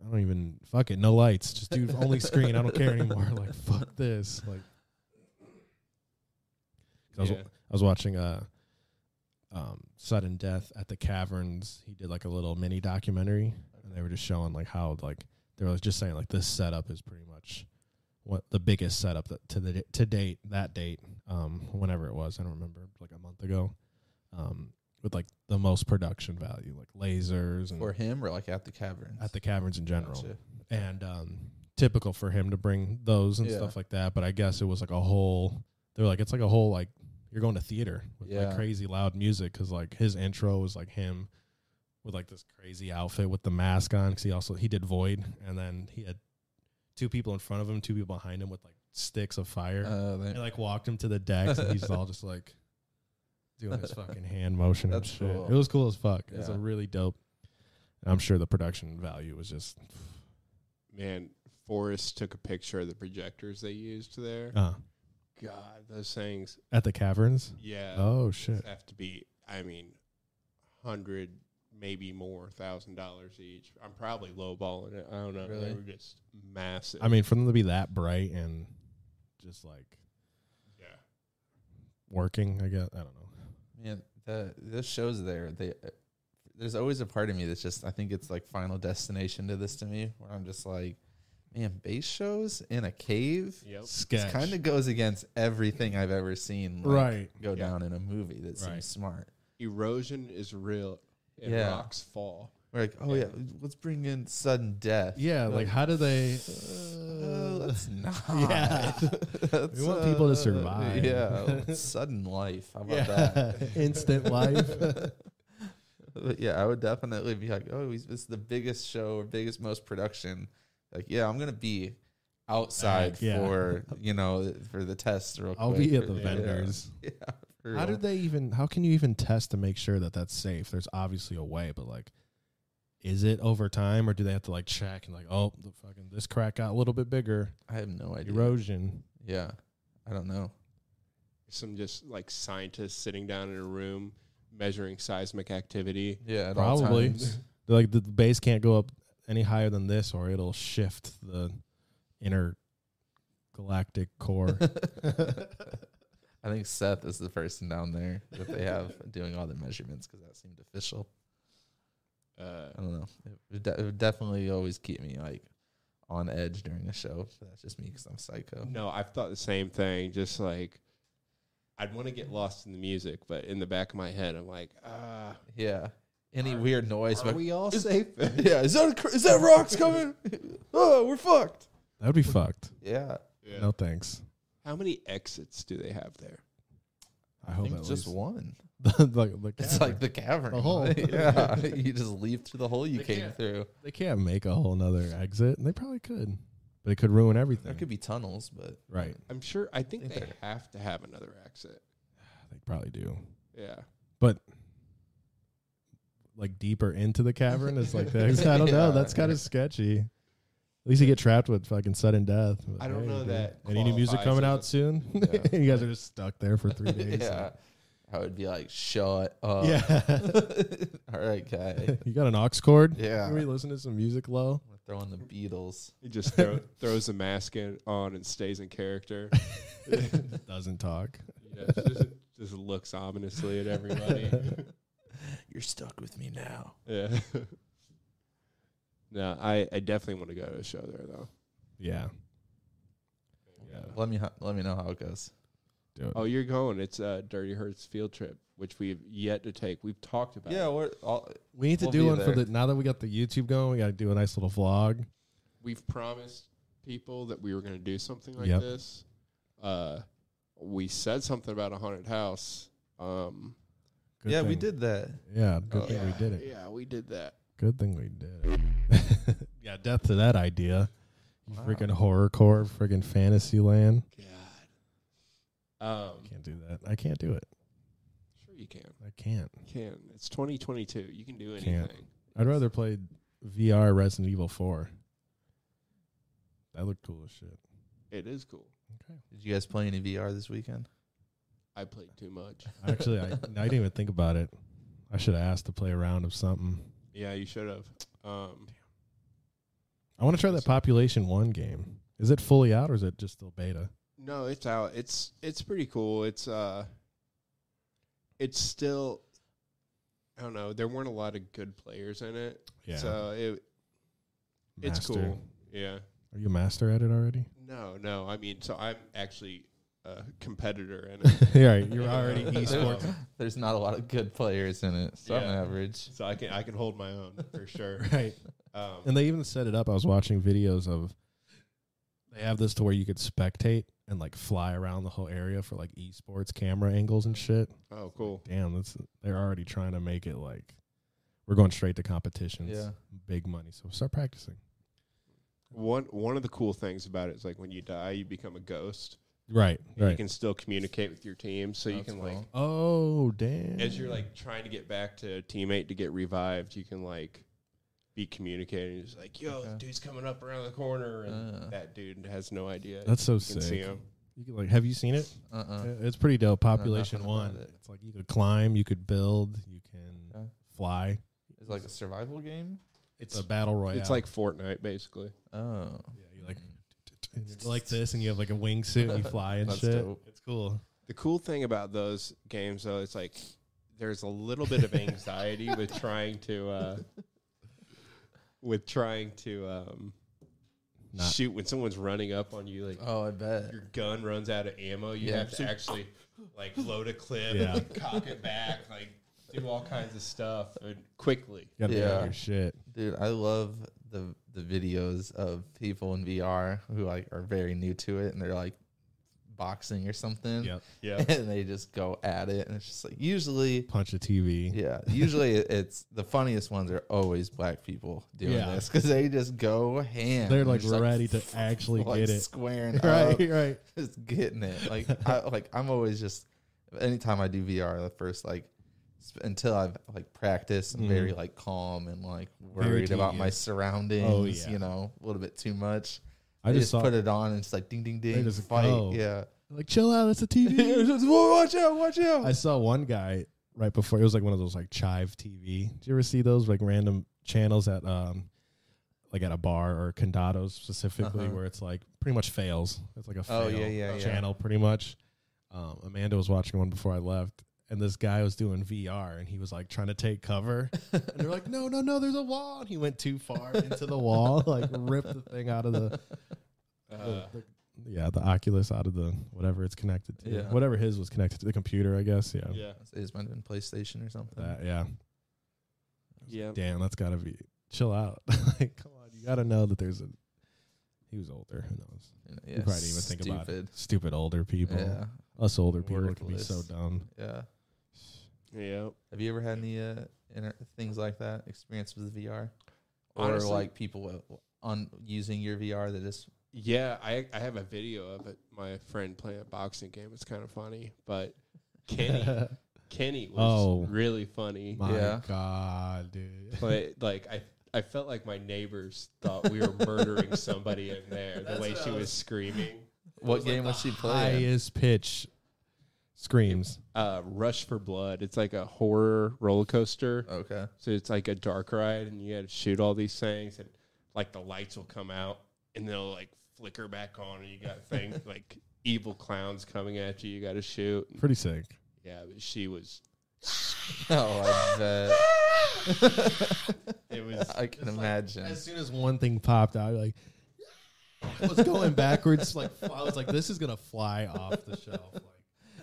B: I don't even fuck it, no lights, just do only screen. I don't care anymore. Like fuck this, like. 'Cause I was,
C: yeah.
B: I was watching uh um sudden death at the caverns. He did like a little mini documentary and they were just showing like how like they were just saying like this setup is pretty much what the biggest setup that to the to date that date um whenever it was I don't remember like a month ago um with like the most production value like lasers and
A: For him or like at the caverns.
B: at the caverns in general
A: Gotcha.
B: and um typical for him to bring those and
A: Yeah.
B: stuff like that but i guess it was like a whole they're like it's like a whole like you're going to theater with
A: Yeah.
B: like crazy loud music because like his intro was like him with like this crazy outfit with the mask on because he also he did void and then he had two people in front of him two people behind him with like sticks of fire
A: Uh, they-
B: and like walked him to the decks and he's all just like doing his fucking hand motion
A: That's
B: and shit.
A: cool.
B: It was cool as fuck. It was a
A: Yeah.
B: really dope. And I'm sure the production value was just
C: Man, Forrest took a picture of the projectors they used there.
B: uh,
C: God, those things.
B: at the caverns.
C: Yeah.
B: Oh shit.
C: have to be i mean 100 maybe more thousand dollars each i'm probably lowballing it i don't know
A: Really?
C: they were just massive
B: I mean, for them to be that bright and just like
C: yeah
B: working, I guess I don't know.
A: Man, the those shows there, they uh, there's always a part of me that's just I think it's like final destination to this to me, where I'm just like, man, bass shows in a cave
C: yep
B: Sketch.
A: kind of goes against everything I've ever seen. like,
B: Right.
A: go
C: Yeah.
A: down in a movie that
B: Right.
A: seems smart.
C: erosion is real and
A: Yeah.
C: rocks fall
A: We're like, oh yeah, let's bring in sudden death.
B: Yeah, like how do they?
A: Uh, let's not.
B: Yeah.
A: Let's,
B: We want people
A: uh,
B: to survive.
A: Yeah, sudden life. How about that?
B: yeah, instant life.
A: But yeah, I would definitely be like, oh, he's, this is the biggest show or biggest most production. Like, yeah, I'm gonna be outside
B: Back, yeah.
A: for you know for the test real
B: I'll
A: quick.
B: be at the
A: Yeah.
B: vendors.
A: Yeah. for
B: How
A: real.
B: did they even? How can you even test to make sure that that's safe? There's obviously a way, but like, is it over time, or do they have to like check and like, oh, the fucking this crack got a little bit bigger,
A: I have no idea.
B: erosion?
A: Yeah, I don't know.
C: some just like scientists sitting down in a room measuring seismic activity
A: Yeah, at all
B: Probably.
A: times.
B: They're like the base can't go up any higher than this, or it'll shift the inner galactic core.
A: I think Seth is the person down there that they have doing all the measurements because that seemed official.
C: uh,
A: I don't know. It would, de- it would definitely always keep me like on edge during a show. But that's just me because I'm psycho.
C: no i've thought the same thing just like i'd want to get lost in the music but in the back of my head i'm like ah
A: Yeah. Any weird noise?
C: are
A: but-
C: we all
A: Is-
C: safe
A: yeah. Is that a, cr- is that rocks coming? oh, we're fucked.
B: that would be fucked.
A: Yeah.
C: Yeah.
B: No thanks.
C: How many exits do they have there?
B: I
A: I
B: hope
A: think
B: at
A: it's just
B: least.
A: one.
B: like, like,
A: It's like the cavern.
B: The hole.
A: yeah. You just leave through the hole you
C: They
A: came
C: can't.
A: through.
B: they can't make a whole nother exit, and they probably could, but it could ruin everything.
A: There could be tunnels, but
B: right.
C: I'm sure. I think,
A: Think
C: they
A: they're-
C: have to have another exit.
B: They probably do.
C: Yeah.
B: like deeper into the cavern is like the, I don't know. That's kind of sketchy. At least you get trapped with fucking sudden death. but
C: I don't know that
B: Any new music
C: qualifies
B: coming
C: as
B: out
C: a-
B: soon?
A: Yeah.
B: you guys are just stuck there for three days.
A: yeah. I would be like, shut up.
B: yeah.
A: All right, guy.
B: you got an aux cord?
A: Yeah.
B: Can we listen to some music low?
A: Let throwing the Beatles.
C: He just throw, throws the mask in, on and stays in character.
B: Doesn't talk.
C: Yeah, just, just looks ominously at everybody.
A: You're stuck with me now.
C: yeah. No, I, I definitely want to go to a show there though.
B: Yeah. Yeah.
A: Let me ho- let me know how it goes.
B: Do it.
C: Oh, you're going. It's uh, Dirty Hurts field trip, which we've yet to take. We've talked about.
A: Yeah,
C: it.
A: we're all,
B: we need to
A: we'll
B: do
A: be
B: one for
A: there.
B: the now that we got the YouTube going, we gotta do a nice little vlog.
C: we've promised people that we were going to do something like
B: Yep.
C: this. Uh, we said something about a haunted house. Um,
B: Good
A: yeah, we
B: thing-
A: did that.
B: Yeah, good
A: Oh,
B: thing we did it.
C: Yeah, we did that.
B: Good thing we did it. yeah, death to that idea. You
A: Wow.
B: Freaking horrorcore, freaking fantasy land.
C: God. Um,
B: Can't do that. I can't do it.
C: sure you can.
B: I can't.
C: You can. It's 2022. You can do anything.
B: Can't. I'd rather play VR Resident Evil 4. That looked cool as shit.
C: It is cool.
A: Did you guys play any VR this weekend?
C: I played too much.
B: Actually, I, I didn't even think about it. I should have asked to play a round of something.
C: Yeah, you should have. Um,
B: I want to try that Population 1 game. Is it fully out or is it just still beta?
C: no, it's out. It's it's pretty cool. It's uh, it's still. I don't know. There weren't a lot of good players in it, so it it's
B: Master.
C: cool. Yeah.
B: Are you a master at it already?
C: No, no. I mean, so I'm actually a competitor in it,
B: All right, you're already esports.
A: There's not a lot of good players in it. So I'm
C: Yeah.
A: average.
C: so I can I can hold my own for sure.
B: Right.
C: Um,
B: And they even set it up. I was watching videos of they have this to where you could spectate and like fly around the whole area for like esports camera angles and shit.
C: oh, cool.
B: Damn, that's they're already trying to make it like we're going straight to competitions.
A: Yeah.
B: Big money. So start practicing.
C: One one of the cool things about it is like when you die, you become a ghost.
B: Right.
C: and
B: Right.
C: You can still communicate with your team, so you
A: That's
C: can like
A: cool.
B: oh damn.
C: as you're like trying to get back to a teammate to get revived, you can like be communicating. Just like, yo,
A: Okay.
C: dude's coming up around the corner, and
A: Uh.
C: that dude has no idea.
B: that's so
C: you can
B: sick.
C: see Uh-huh. him.
B: You can like have you seen it?
A: Uh-uh.
B: Yeah, It's pretty dope. Population
A: nothing
B: one.
A: about it.
B: It's like you could climb, you could build, you can
C: Uh-huh.
A: Okay.
B: fly.
A: It's like a survival game.
B: It's a battle royale.
C: It's like Fortnite, basically.
A: Oh,
B: Yeah, you like it's like this, and you have like a wingsuit and you fly and
A: That's
B: shit.
A: dope.
B: It's cool.
C: The cool thing about those games, though, it's like there's a little bit of anxiety with trying to uh, with trying to um,
B: Not-
C: shoot when someone's running up on you. Like
A: oh, I bet.
C: your gun runs out of ammo, you
A: Yeah.
C: have to actually like load a clip
B: Yeah.
C: and like, cock it back, like do all kinds of stuff and quickly.
B: You gotta be on
A: Yeah.
B: your shit.
A: Dude, I love the the videos of people in VR who like are very new to it and they're like boxing or something.
B: Yep.
C: Yeah,
A: And they just go at it and it's just like usually
B: Punch a TV.
A: yeah, usually it- it's the funniest ones are always black people doing
B: Yeah.
A: this cuz they just go ham.
B: They're like
A: Just,
B: ready to actually
A: like,
B: get it.
A: squaring
B: Right,
A: up.
B: right.
A: just getting it. Like I like I'm always just anytime I do VR the first like sp- until I've like practiced I'm
B: Mhm.
A: very like calm and like worried about my
B: tedious.
A: surroundings,
B: Oh, yeah.
A: you know, a little bit too much.
B: I just, saw
A: put it on and it's like ding ding ding
B: just
A: fight.
B: go.
A: Yeah.
B: like chill out. It's a TV.
A: Just, "Whoa, watch out, watch out.
B: I saw one guy right before it was like one of those like Chive TV. Did you ever see those like random channels at um like at a bar or condados specifically
A: Uh-huh.
B: where it's like pretty much fails. It's like a fail
A: Oh, yeah, yeah, yeah.
B: channel pretty much. Um, Amanda was watching one before I left. And this guy was doing VR and he was like trying to take cover. And they're like, no, no, no, there's a wall. And he went too far into the wall, like ripped the thing out of the,
C: uh,
B: the- yeah, the Oculus out of the whatever it's connected to.
A: Yeah.
B: Whatever his was connected to the computer, I guess. Oh. Yeah.
C: yeah,
A: It's might have been PlayStation or something.
B: That, yeah.
C: yeah.
B: damn, that's gotta be chill out. like, come on, you gotta know that there's a. He was older. Who knows?
A: You know,
B: You
A: yeah,
B: probably didn't even think about it. Stupid older people.
A: Yeah.
B: Us older people can be
A: Worthless.
B: so dumb.
A: Yeah.
C: yeah.
A: Have you ever had any uh, inter- things like that experience with VR, or
C: Honestly-
A: like people uh, on using your VR that just
C: Yeah, I I have a video of it. My friend playing a boxing game. It's kind of funny, but Kenny Kenny was
B: Oh.
C: really funny.
B: My
A: Yeah.
B: God, dude.
C: But like I I felt like my neighbors thought we were murdering somebody in there. The
A: That's
C: way
A: what
C: she
A: I
C: was,
A: was-
C: screaming,
A: what
B: was like
A: game
B: the
A: was she playing?
B: Highest pitch screams.
C: uh, "Rush for Blood." It's like a horror roller coaster.
A: Okay,
C: So it's like a dark ride, and you had to shoot all these things, and like the lights will come out and they'll like flicker back on, and you got things like evil clowns coming at you. You got to shoot.
B: Pretty sick.
C: Yeah, but she was.
A: Oh, I bet.
C: It was.
A: I can imagine.
B: As soon as one thing popped out, you're like I was going backwards. Like I was like, this is gonna fly off the shelf. Like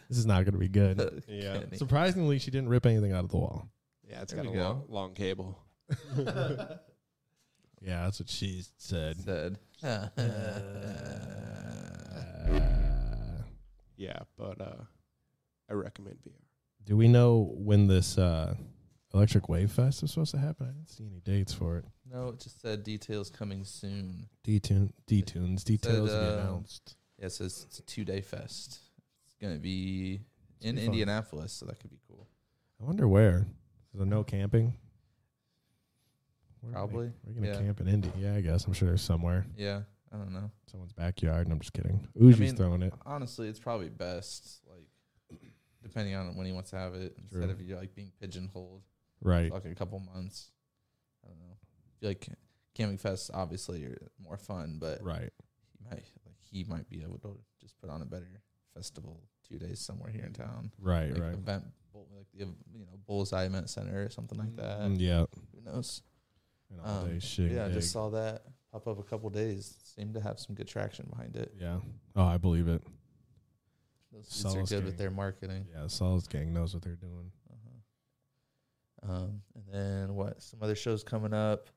B: this is not gonna be good.
C: yeah,
A: Kenny.
B: Surprisingly, she didn't rip anything out of the wall.
C: yeah. It's
A: There
C: got a
A: we
C: long, long cable.
B: Yeah, that's what she said.
A: Said.
B: Uh,
C: Yeah, but uh, I recommend VR.
B: do we know when this uh, electric wave fest is supposed to happen? I didn't see any dates for it.
A: No, it just said details coming soon.
B: Detune, detunes, details to be
A: uh,
B: announced.
A: Yeah, it says it's a two day fest. It's going to be
B: Should
A: in
B: be fun.
A: Indianapolis, so that could be cool.
B: I wonder where. Is there no camping? Where are they-
A: Probably,
B: We're gonna
A: yeah.
B: camp in Indy. Yeah, I guess. I'm sure there's somewhere.
A: Yeah, I don't know.
B: Someone's backyard. And I'm just kidding. Uji's
A: mean,
B: throwing it.
A: Honestly, it's probably best, like, depending on when he wants to have it, instead
B: True.
A: of you like being pigeonholed
B: Right.
A: for, like a couple months. I don't know. I feel like camping fests obviously are more fun, but
B: Right.
A: he might like he might be able to just put on a better festival two days somewhere here in town.
B: Right.
A: like
B: right.
A: Event bull- like the ev- you know bullseye event center or something like that.
B: Mm, yeah.
A: Who knows?
B: And all
A: Um,
B: day shit.
A: yeah, I
B: gig.
A: just saw that pop up a couple days. Seemed to have some good traction behind it.
B: yeah. Oh, I believe it.
A: Those dudes are good
B: Salisbury.
A: with their marketing.
B: Yeah, Saul's gang knows what they're doing.
A: Uh-huh. Um, and then what? Some other shows coming up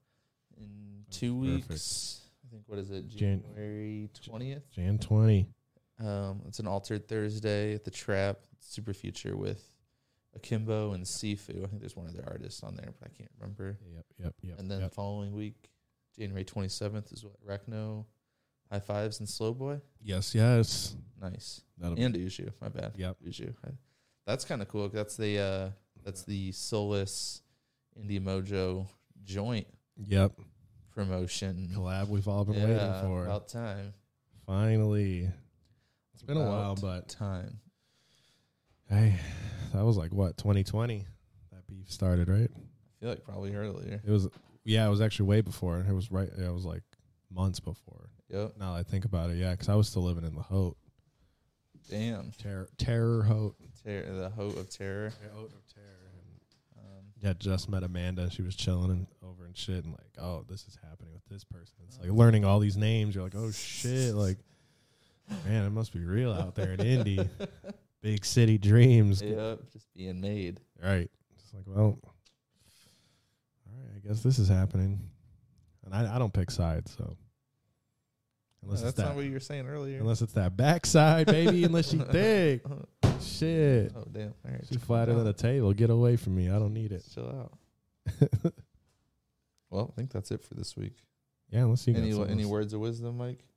A: in
B: That's
A: two
B: perfect.
A: weeks. I think what is it?
B: Jan-
A: January twentieth.
B: Jan twenty.
A: Um, it's an altered Thursday at the Trap Super Future with Akimbo and Sifu. I think there's one other artist on there, but I can't remember.
B: Yep. Yep. Yep.
A: and then
B: yep.
A: following week, January 27th is what Rechno, High Fives, and Slow Boy.
B: yes. Yes.
A: Nice.
B: That'll
A: And Uju. My bad.
B: Yep.
A: Uju. I- That's kind of cool. 'cause That's the uh, that's the Solus Indie Mojo joint
B: Yep.
A: promotion.
B: Collab we've all been
A: Yeah,
B: waiting for.
A: about time.
B: Finally. It's been a while,
A: About
B: but
A: Time.
B: Hey, that was like what 2020 that beef started, right?
A: I feel like probably earlier.
B: It was yeah, it was actually way before. It was right. It was like months before.
A: Yep.
B: Now that I think about it, yeah, because I was still living in the Hope
A: Damn.
B: terror, terror Hope.
A: Terror, the Hope of Terror. Um,
B: Yeah, just met Amanda. She was chilling and over and shit, and like, oh, this is happening with this person. It's
A: Oh.
B: like learning all these names. You're like, oh shit, like, man, it must be real out there in Indy, big city dreams.
A: yep, just being made.
B: Right. It's like, well, all right, I guess this is happening. And I, I don't pick sides, so unless
A: that's
B: it's that
A: not what you were saying earlier.
B: unless it's that backside, baby, unless she thick. Shit.
A: oh damn! All right,
B: She flatter than a table. Get away from me. I don't need it.
A: Chill out. Well, I think that's it for this week.
B: yeah, unless you got
A: Any
B: something
A: any
B: else.
A: words of wisdom, Mike?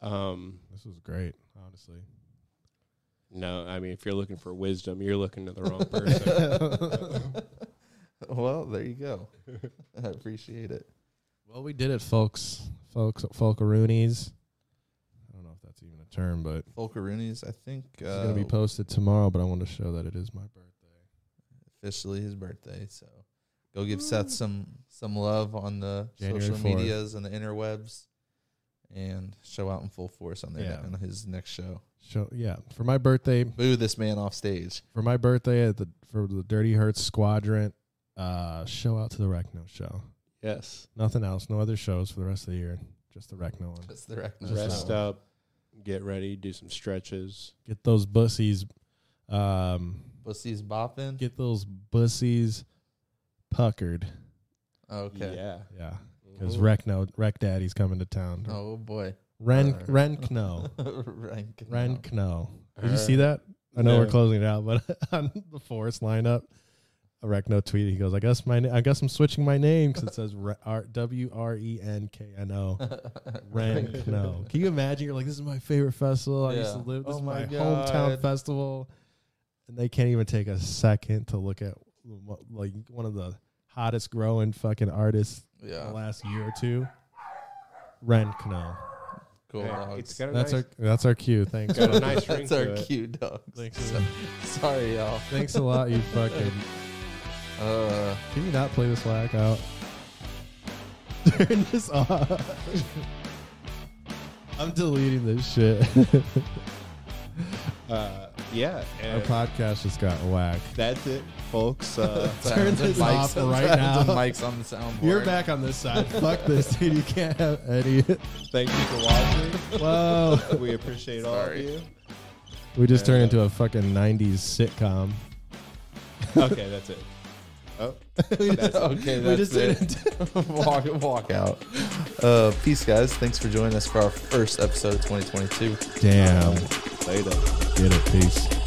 C: Um,
B: This was great, honestly.
C: no, I mean, if you're looking for wisdom, you're looking to the wrong person.
A: well, there you go. I appreciate it.
B: Well, we did it, folks. Folks, folkaroonies. I don't know if that's even a term, but
A: Folkaroonies, I think uh,
B: it's gonna be posted tomorrow. But I want to show that it is my birthday.
A: officially his birthday, so go give Seth some some love on the
B: January
A: social
B: 4th.
A: medias and the interwebs, and show out in full force on their
B: Yeah.
A: on his next show.
B: Show, yeah, for my birthday,
A: Boo this man off stage.
B: for my birthday at the for the Dirty Hurts Squadron. Uh, show out to the Recno show.
C: yes.
B: Nothing else. No other shows for the rest of the year. Just the Recno one.
A: That's the rec-
B: Just
C: Rest
B: that
C: up, get ready, do some stretches.
B: Get those bussies. Um,
A: Pussy's bopping.
B: get those bussies puckered.
A: okay.
C: Yeah.
B: Yeah, because
C: Ooh.
B: Recno Rec Daddy's coming to town.
A: Oh boy.
B: Ren
A: Uh. Oh.
B: Renkno
A: Rank.
B: Renkno. Did
C: Uh,
B: you see that? I know we're
C: no.
B: closing it out, but on the Forest lineup, a Recno tweeted. He goes, "I guess my na- I guess I'm switching my name because it says Re- R- W R E N K N O." Renkno. Can you imagine? You're like, this is my favorite festival. I used to
A: Yeah.
B: live. This
A: Oh
B: is
A: my
B: my, hometown
A: God.
B: festival, and they can't even take a second to look at wh- like one of the hottest growing fucking artists in the
A: Yeah.
B: last year or two. Renkno.
A: Cool.
C: Yeah,
A: dogs.
C: it's got a
B: That's
C: nice,
B: our that's our cue. Thanks.
C: got a nice ring
A: That's our
C: to it.
A: cute dogs.
B: Thanks.
A: Sorry, y'all.
B: Thanks a lot, you fucking.
A: Uh,
B: Can you not play this whack out? Turn this off. I'm deleting this shit.
C: Uh, yeah,
B: Our
C: and
B: podcast just got whack.
C: that's it, folks. Uh,
B: Turn this off right now.
A: Mike's on the soundboard.
B: You're back on this side. Fuck this, dude. You can't have any.
C: thank you for watching.
B: Whoa.
C: We appreciate all of
A: Sorry.
C: you.
B: We just turned into a fucking 90s sitcom.
C: Okay, that's it. Oh,
B: we just,
A: Okay,
B: we
A: that's
B: just turned
A: it.
B: into.
A: walk, walk out. Uh, peace, guys. Thanks for joining us for our first episode of 2022.
B: Damn.
C: later.
B: Get it. Peace.